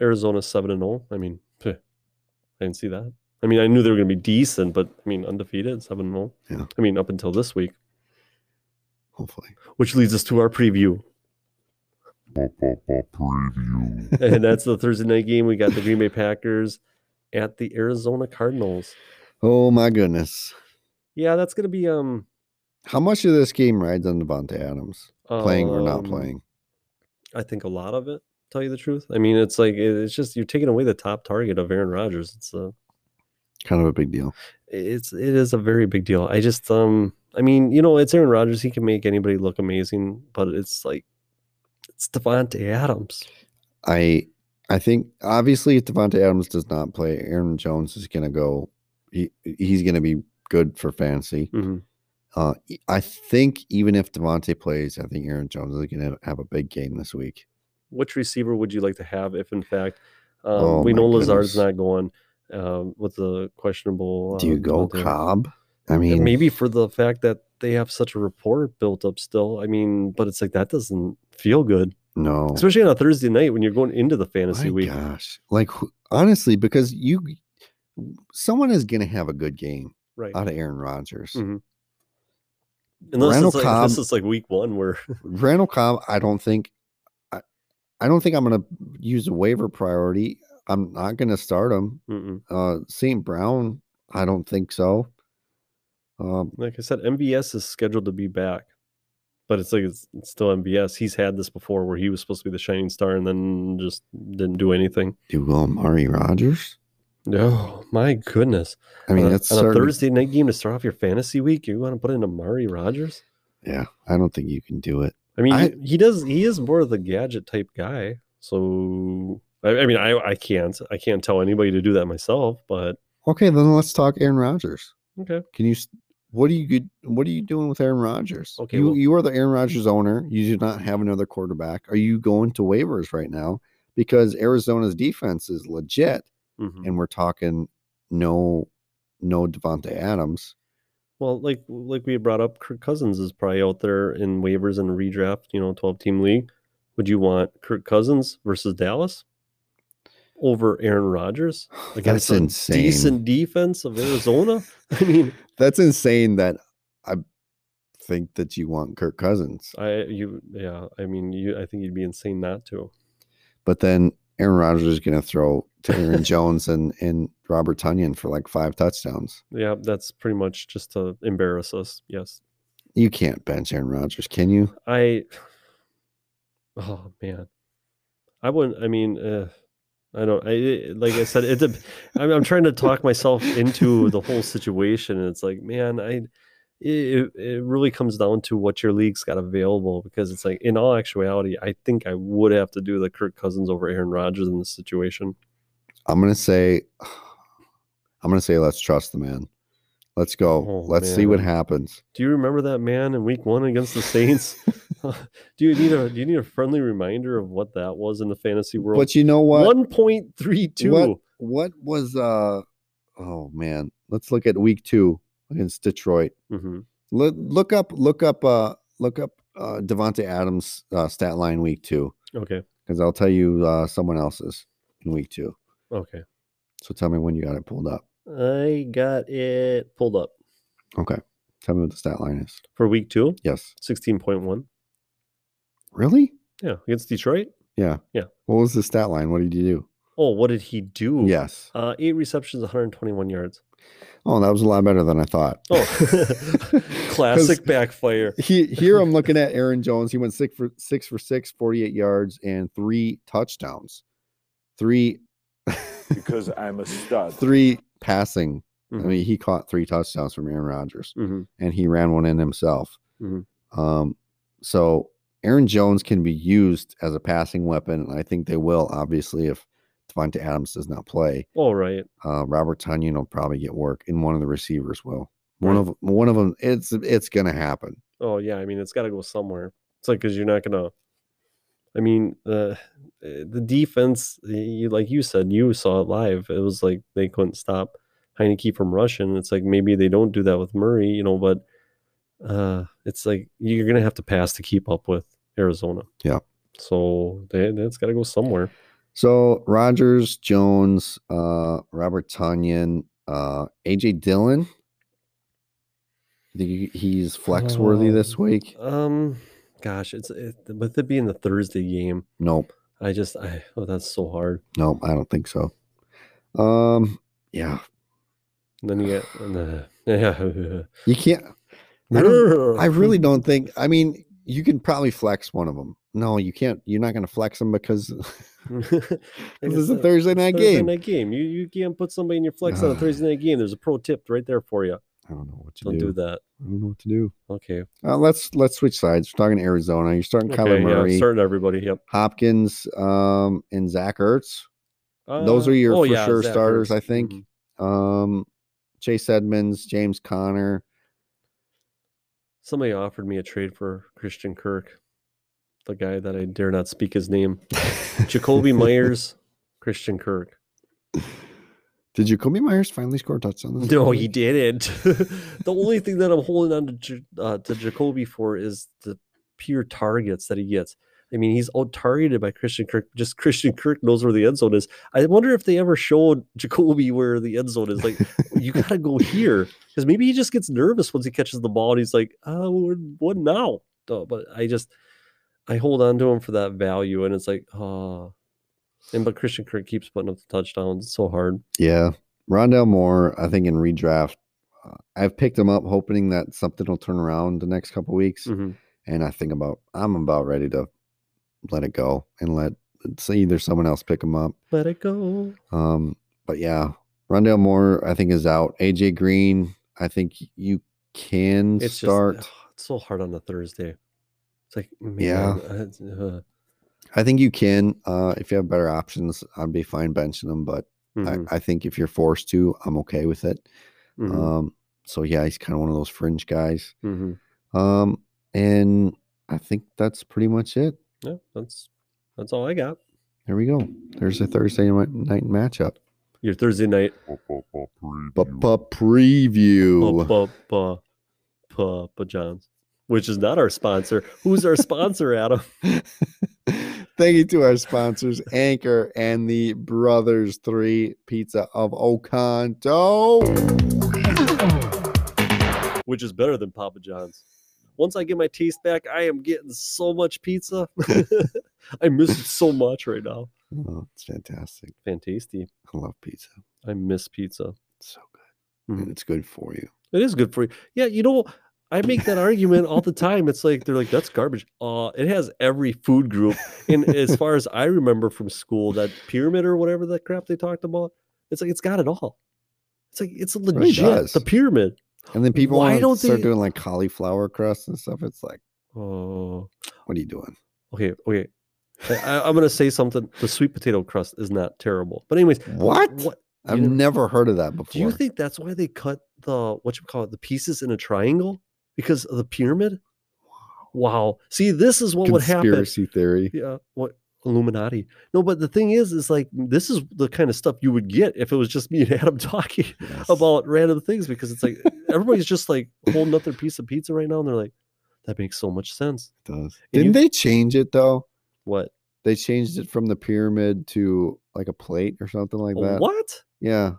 B: Arizona seven and zero. I mean, [LAUGHS] peh, I didn't see that. I mean, I knew they were going to be decent, but I mean, undefeated seven and zero.
A: Yeah.
B: I mean, up until this week,
A: Hopefully.
B: which leads us to our preview, [LAUGHS] [LAUGHS]
E: Preview.
B: and that's the Thursday night game. We got the Green Bay Packers at the Arizona Cardinals.
A: Oh my goodness.
B: Yeah, that's going to be um
A: How much of this game rides on Devonta Adams? Playing or not
B: um,
A: playing?
B: I think a lot of it. Tell you the truth, I mean, it's like it- it's just you're taking away the top target of Aaron Rodgers. It's uh, a
A: Kind of a big deal.
B: it's it is a very big deal. I just um I mean, you know, it's Aaron Rodgers, he can make anybody look amazing, but it's like it's Devontae Adams.
A: I I think obviously if Devonta Adams does not play, Aaron Jones is gonna go he he's gonna be good for fantasy.
B: Mm-hmm.
A: Uh, e- I think even if Devontae plays, I think Aaron Jones is going to have a big game this week.
B: Which receiver would you like to have if in fact um,
A: Oh,
B: we
A: my
B: know Lazard's
A: goodness.
B: not going um, with the questionable
A: Do you
B: um,
A: go
B: Devontae.
A: Cobb? I
B: And
A: mean,
B: maybe for the fact that they have such a rapport built up still. I mean, but it's like that doesn't feel good.
A: No.
B: especially on a Thursday night when you're going into the
A: Oh.
B: fantasy
A: My
B: week.
A: gosh. Like wh- honestly, because you someone is gonna have a good game
B: Right.
A: out of Aaron Rodgers.
B: Mhm. Unless
A: Randall
B: it's like, this
A: Cobb-
B: is like week one where [LAUGHS]
A: Randall Cobb, I don't think I, I don't think I'm gonna use a waiver priority. I'm not gonna start him.
B: Mm-mm.
A: Uh St. Brown, I don't think so. Um
B: like I said, MBS is scheduled to be back, but it's like it's, it's still MBS. He's had this before where he was supposed to be the shining star and then just didn't do anything.
A: do you go Amari Rodgers?
B: Oh my goodness!
A: I mean
B: on a,
A: that's
B: on a
A: starting to-
B: Thursday night game to start off your fantasy week. You want to put in Amari Rogers?
A: yeah, I don't think you can do it.
B: I mean,
A: I-
B: he- he does. He is more of the gadget type guy. So I, I mean, I, I can't I can't tell anybody to do that myself. But
A: Okay, then let's talk Aaron Rodgers.
B: okay,
A: Can you? s- What are you? good- What are you doing with Aaron Rodgers?
B: Okay,
A: you
B: well-
A: you are the Aaron Rodgers owner. You do not have another quarterback. Are you going to waivers right now? Because Arizona's defense is legit,
B: Mhm.
A: and we're talking no, no Devonte Adams.
B: Well, like like we had brought up, Kirk Cousins is probably out there in waivers and redraft. You know, twelve team league. Would you want Kirk Cousins versus Dallas over Aaron
A: [SIGHS]
B: Rodgers
A: That's
B: a
A: insane.
B: decent defense of Arizona? [LAUGHS] I mean,
A: That's insane. That I think that you want Kirk Cousins,
B: I you yeah. I mean, you. I think you'd be insane not to.
A: but then Aaron Rodgers is going to throw to
B: [LAUGHS]
A: Aaron Jones and and Robert Tunyon for like five touchdowns.
B: Yeah, that's pretty much just to embarrass us. Yes,
A: You can't bench Aaron Rodgers, can you?
B: I. [SIGHS] Oh man, I wouldn't. I mean, uh, I don't. I it- like I said. It. dep- I'm, I'm trying to talk myself into the whole situation, and it's like, man, I. It, it really comes down to what your league's got available because it's like, in all actuality, I think I would have to do the Kirk Cousins over Aaron Rodgers in this situation.
A: [SIGHS] I'm gonna say, [SIGHS] I'm gonna say, let's trust the man. Let's go.
B: Oh,
A: let's see what
B: man.
A: happens.
B: Do you remember that man in Week One against the Saints?
A: [LAUGHS]
B: [LAUGHS] do you need a Do you need a friendly reminder of what that was in the fantasy world?
A: But you know what?
B: One point three two.
A: What? What was? uh Oh man, let's look at week two against Detroit.
B: Mm-hmm.
A: Look, look up, look up, uh look up uh Devonte Adams uh, stat line week two
B: Okay.
A: because I'll tell you uh someone else's in week two.
B: Okay.
A: So tell me when you got it pulled up.
B: I got it pulled up
A: Okay, tell me what the stat line is.
B: for week two,
A: Yes,
B: 16.1.
A: really?
B: Yeah. Against Detroit.
A: Yeah.
B: Yeah.
A: What was the stat line? What did you
B: Oh, what did he do?
A: do? Yes.
B: Uh, eight receptions,
A: [LAUGHS]
B: 121 yards.
A: Oh, that was a lot better than I thought.
B: Oh,
A: [LAUGHS] 'Cause
B: classic backfire.
A: He, here I'm looking at Aaron Jones. He went six for six for six, 48 yards, and three touchdowns. Three [LAUGHS]
E: Because I'm a stud.
A: three passing.
B: Mhm.
A: I mean, he caught three touchdowns from Aaron Rodgers
B: Mhm.
A: and he ran one in himself.
B: Mhm.
A: Um, so Aaron Jones can be used as a passing weapon. and I think they will, obviously, if Devonta Adams does not play.
B: All right.
A: Uh, Robert Tunyon will probably get work, and one of the receivers will. One
B: Right.
A: of one of them, it's it's gonna happen.
B: Oh yeah, I mean it's got to go somewhere. It's like because you're not gonna. I mean, uh, uh, the defense, y- you like you said, you saw it live. It was like they couldn't stop Heineke from rushing. It's like maybe they don't do that with Murray, you know, but uh, it's like you're gonna have to pass to keep up with Arizona.
A: Yeah.
B: So they, that's got to go somewhere.
A: So Rogers, Jones, uh, Robert Tunyon, uh, AJ Dillon. I think he- he's flex worthy this
B: Um,
A: week.
B: Um, gosh, it's it, with it being the Thursday game.
A: Nope,
B: I just, I oh, that's so hard.
A: nope, I don't think so. Um, yeah,
B: And then you
A: [SIGHS]
B: get, [LAUGHS] and, uh,
A: you can't. I don't- I
B: [LAUGHS]
A: really don't think. I mean, you can probably flex one of them. No, you can't. You're not going to flex them because [LAUGHS]
B: this
A: this is a Thursday night game.
B: night game. You you can't put somebody in your flex on
A: [SIGHS]
B: a
A: Ah.
B: Thursday night game. There's a pro tip right there for you.
A: I don't know what to
B: Don't
A: do.
B: do that.
A: I don't know what to do.
B: Okay.
A: Uh, let's let's switch sides. We're talking Arizona. You're starting Kyler
B: okay,
A: Murray,
B: Yeah, starting everybody. Yep.
A: Hopkins, um, and Zach Ertz. Those
B: Uh,
A: are your
B: oh,
A: for
B: yeah,
A: sure
B: Zach
A: starters,
B: Ertz.
A: I think.
B: Mhm.
A: Um, Chase Edmonds, James Connor.
B: Somebody offered me a trade for Christian Kirk, the guy that I dare not speak his name.
A: [LAUGHS]
B: Jacoby Myers, Christian Kirk.
A: Did Jacoby Myers finally score a touchdown? this [LAUGHS]
B: No,
A: week?
B: he didn't. [LAUGHS] the only thing that I'm holding on to, Ja- uh, to Jacoby for is the pure targets that he gets. I mean, he's out targeted by Christian Kirk. Just Christian Kirk knows where the end zone is. I wonder if they ever showed Jacoby where the end zone is. Like, you got to go here because maybe he just gets nervous once he catches the ball and he's like, oh, what, what now? Oh, but I just, I hold on to him for that value. And it's like, oh. And but Christian Kirk keeps putting up the touchdowns so hard.
A: Yeah. Rondell Moore, I think in redraft, uh, I've picked him up hoping that something will turn around the next couple
B: Mm.
A: weeks. And I think about, I'm about ready to let it go and let see either someone else pick him up.
B: Let it go.
A: Um, but yeah, Rondell Moore, I think, is out. AJ Green, I think you can
B: It's
A: start.
B: just, oh, it's so hard on a Thursday. It's like, man,
A: Yeah.
B: I- uh,
A: I think you can. Uh, if you have better options, I'd be fine benching them. But
B: mhm,
A: I, I think if you're forced to, I'm okay with it.
B: mhm,
A: Um, so yeah, he's kind of one of those fringe guys.
B: mhm.
A: Um, and I think that's pretty much it.
B: Yeah, that's that's all I got.
A: There we go. There's a Thursday mi- night matchup.
B: Your Thursday night.
A: Ba-ba preview.
B: Pa, pa, pa, pa John's, which is not our sponsor. Who's our sponsor, Adam?
A: [LAUGHS]
B: [LAUGHS]
A: Thank you to our sponsors, Anchor and the Brothers 3 Pizza of Oconto.
B: Which is better than Papa John's. Once I get my taste back, I am getting so much
A: [LAUGHS]
B: pizza. [LAUGHS] I miss it so much right now.
A: Oh, it's fantastic.
B: Fantasty.
A: I love pizza.
B: I miss pizza.
A: It's so good. And
B: Mhm.
A: it's good for you.
B: It is good for you. Yeah, you know, I make that argument all the time. It's like they're like, that's garbage. Uh, it has every food group. And as far as I remember from school, that pyramid or whatever that crap they talked about, it's like it's got it all. It's like it's
A: really
B: legit
A: does.
B: the pyramid.
A: And then people
B: Why
A: want to
B: don't
A: start
B: they-
A: doing like cauliflower crust and stuff. It's like,
B: Oh,
A: what are you doing?
B: okay, okay. I, I- I'm gonna say something. The sweet potato crust is not terrible, but anyways,
A: What?
B: What
A: I've
B: know-
A: never heard of that before.
B: do you think? That's why they cut the what you call it, the pieces in a triangle because of the pyramid. Wow. See, this is what would happen.
A: Conspiracy theory.
B: Yeah, uh, what Illuminati? No, but the thing is, is like this is the kind of stuff you would get if it was just me and [LAUGHS] Adam talking
A: Yes.
B: about random things because it's like everybody's just like holding up their piece of pizza right now and they're like, that makes so much sense.
A: It does.
B: And
A: Didn't
B: you-
A: they change it though?
B: What?
A: They changed it from the pyramid to like a plate or something like that.
B: What? [LAUGHS]
A: Yeah,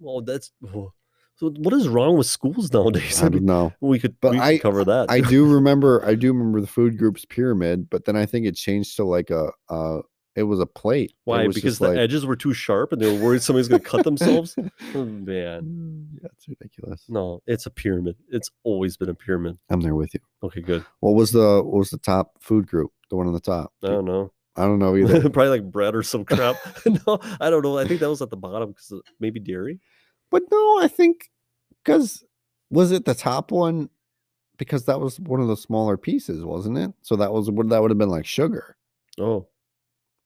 B: Well, that's oh. so. What is wrong with schools nowadays?
A: I
B: I
A: don't
B: mean,
A: know.
B: we could,
A: but
B: we could
A: I-
B: cover that.
A: I do remember. I do remember the food group's pyramid, but then I think it changed to like a. Uh, it was a plate. It
B: Why?
A: was
B: Because
A: just
B: the
A: like-
B: edges were too sharp and they were worried somebody's going to
A: [LAUGHS]
B: cut themselves. Oh, man,
A: Mm, yeah, it's ridiculous.
B: no, it's a pyramid. It's always been a pyramid.
A: I'm there with you.
B: Okay, good.
A: What was the What was the top food group? The one on the top.
B: I don't know.
A: I don't know
B: [LAUGHS]
A: either.
B: Probably like bread or some crap. [LAUGHS] no, I don't know. I think that was at the bottom because maybe dairy.
A: But no, I think because was it the top one? Because that was one of the smaller pieces, wasn't it? So that was what that would have been like sugar.
B: Oh,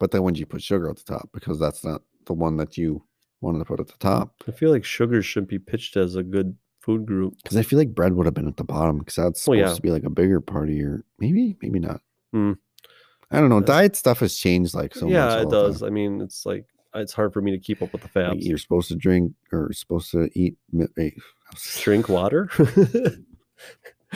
A: But then when you put sugar at the top, because that's not the one that you wanted to put at the top.
B: I feel like sugar should be pitched as a good food group.
A: Because I feel like bread would have been at the bottom because that's supposed
B: Well, yeah.
A: to be like a bigger part of your maybe, maybe not.
B: Mm.
A: I don't know.
B: Yeah.
A: Diet stuff has changed like so much.
B: yeah,
A: all
B: it
A: the time.
B: does. I mean, it's like it's hard for me to keep up with the
A: Like,
B: fabs.
A: You're supposed to drink or supposed to eat. mi- [LAUGHS] eh,
B: [LAUGHS] Drink water.
A: [LAUGHS]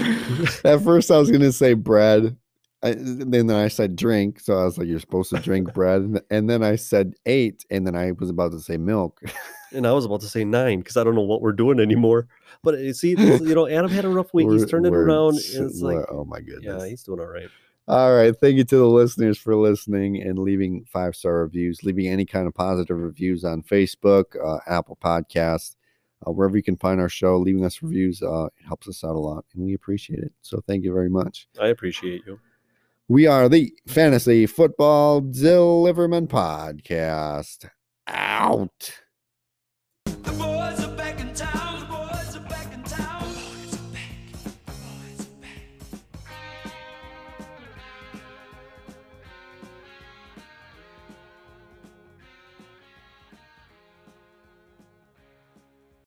A: At first, I was gonna say bread. I, then I said drink, so I was like, "You're supposed to
B: [LAUGHS]
A: drink bread," and, th- and then I said eight, and then I was about to say milk.
B: [LAUGHS] and I was about to say nine because I don't know what we're doing anymore. But uh, see, this- you know, Adam had a rough week.
A: We're-
B: He's turned it
A: we're
B: around.
A: s-
B: And it's
A: we're-
B: like,
A: oh my
B: yeah,
A: goodness!
B: he's doing all right.
A: All right, thank you to the listeners for listening and leaving five star reviews, leaving any kind of positive reviews on Facebook, uh, Apple Podcasts, uh, wherever you can find our show. Leaving us reviews uh, it helps us out a lot, and we appreciate it. So thank you very much.
B: I appreciate you.
A: We are the Fantasy Football Deliverman Podcast. Out.
D: The boys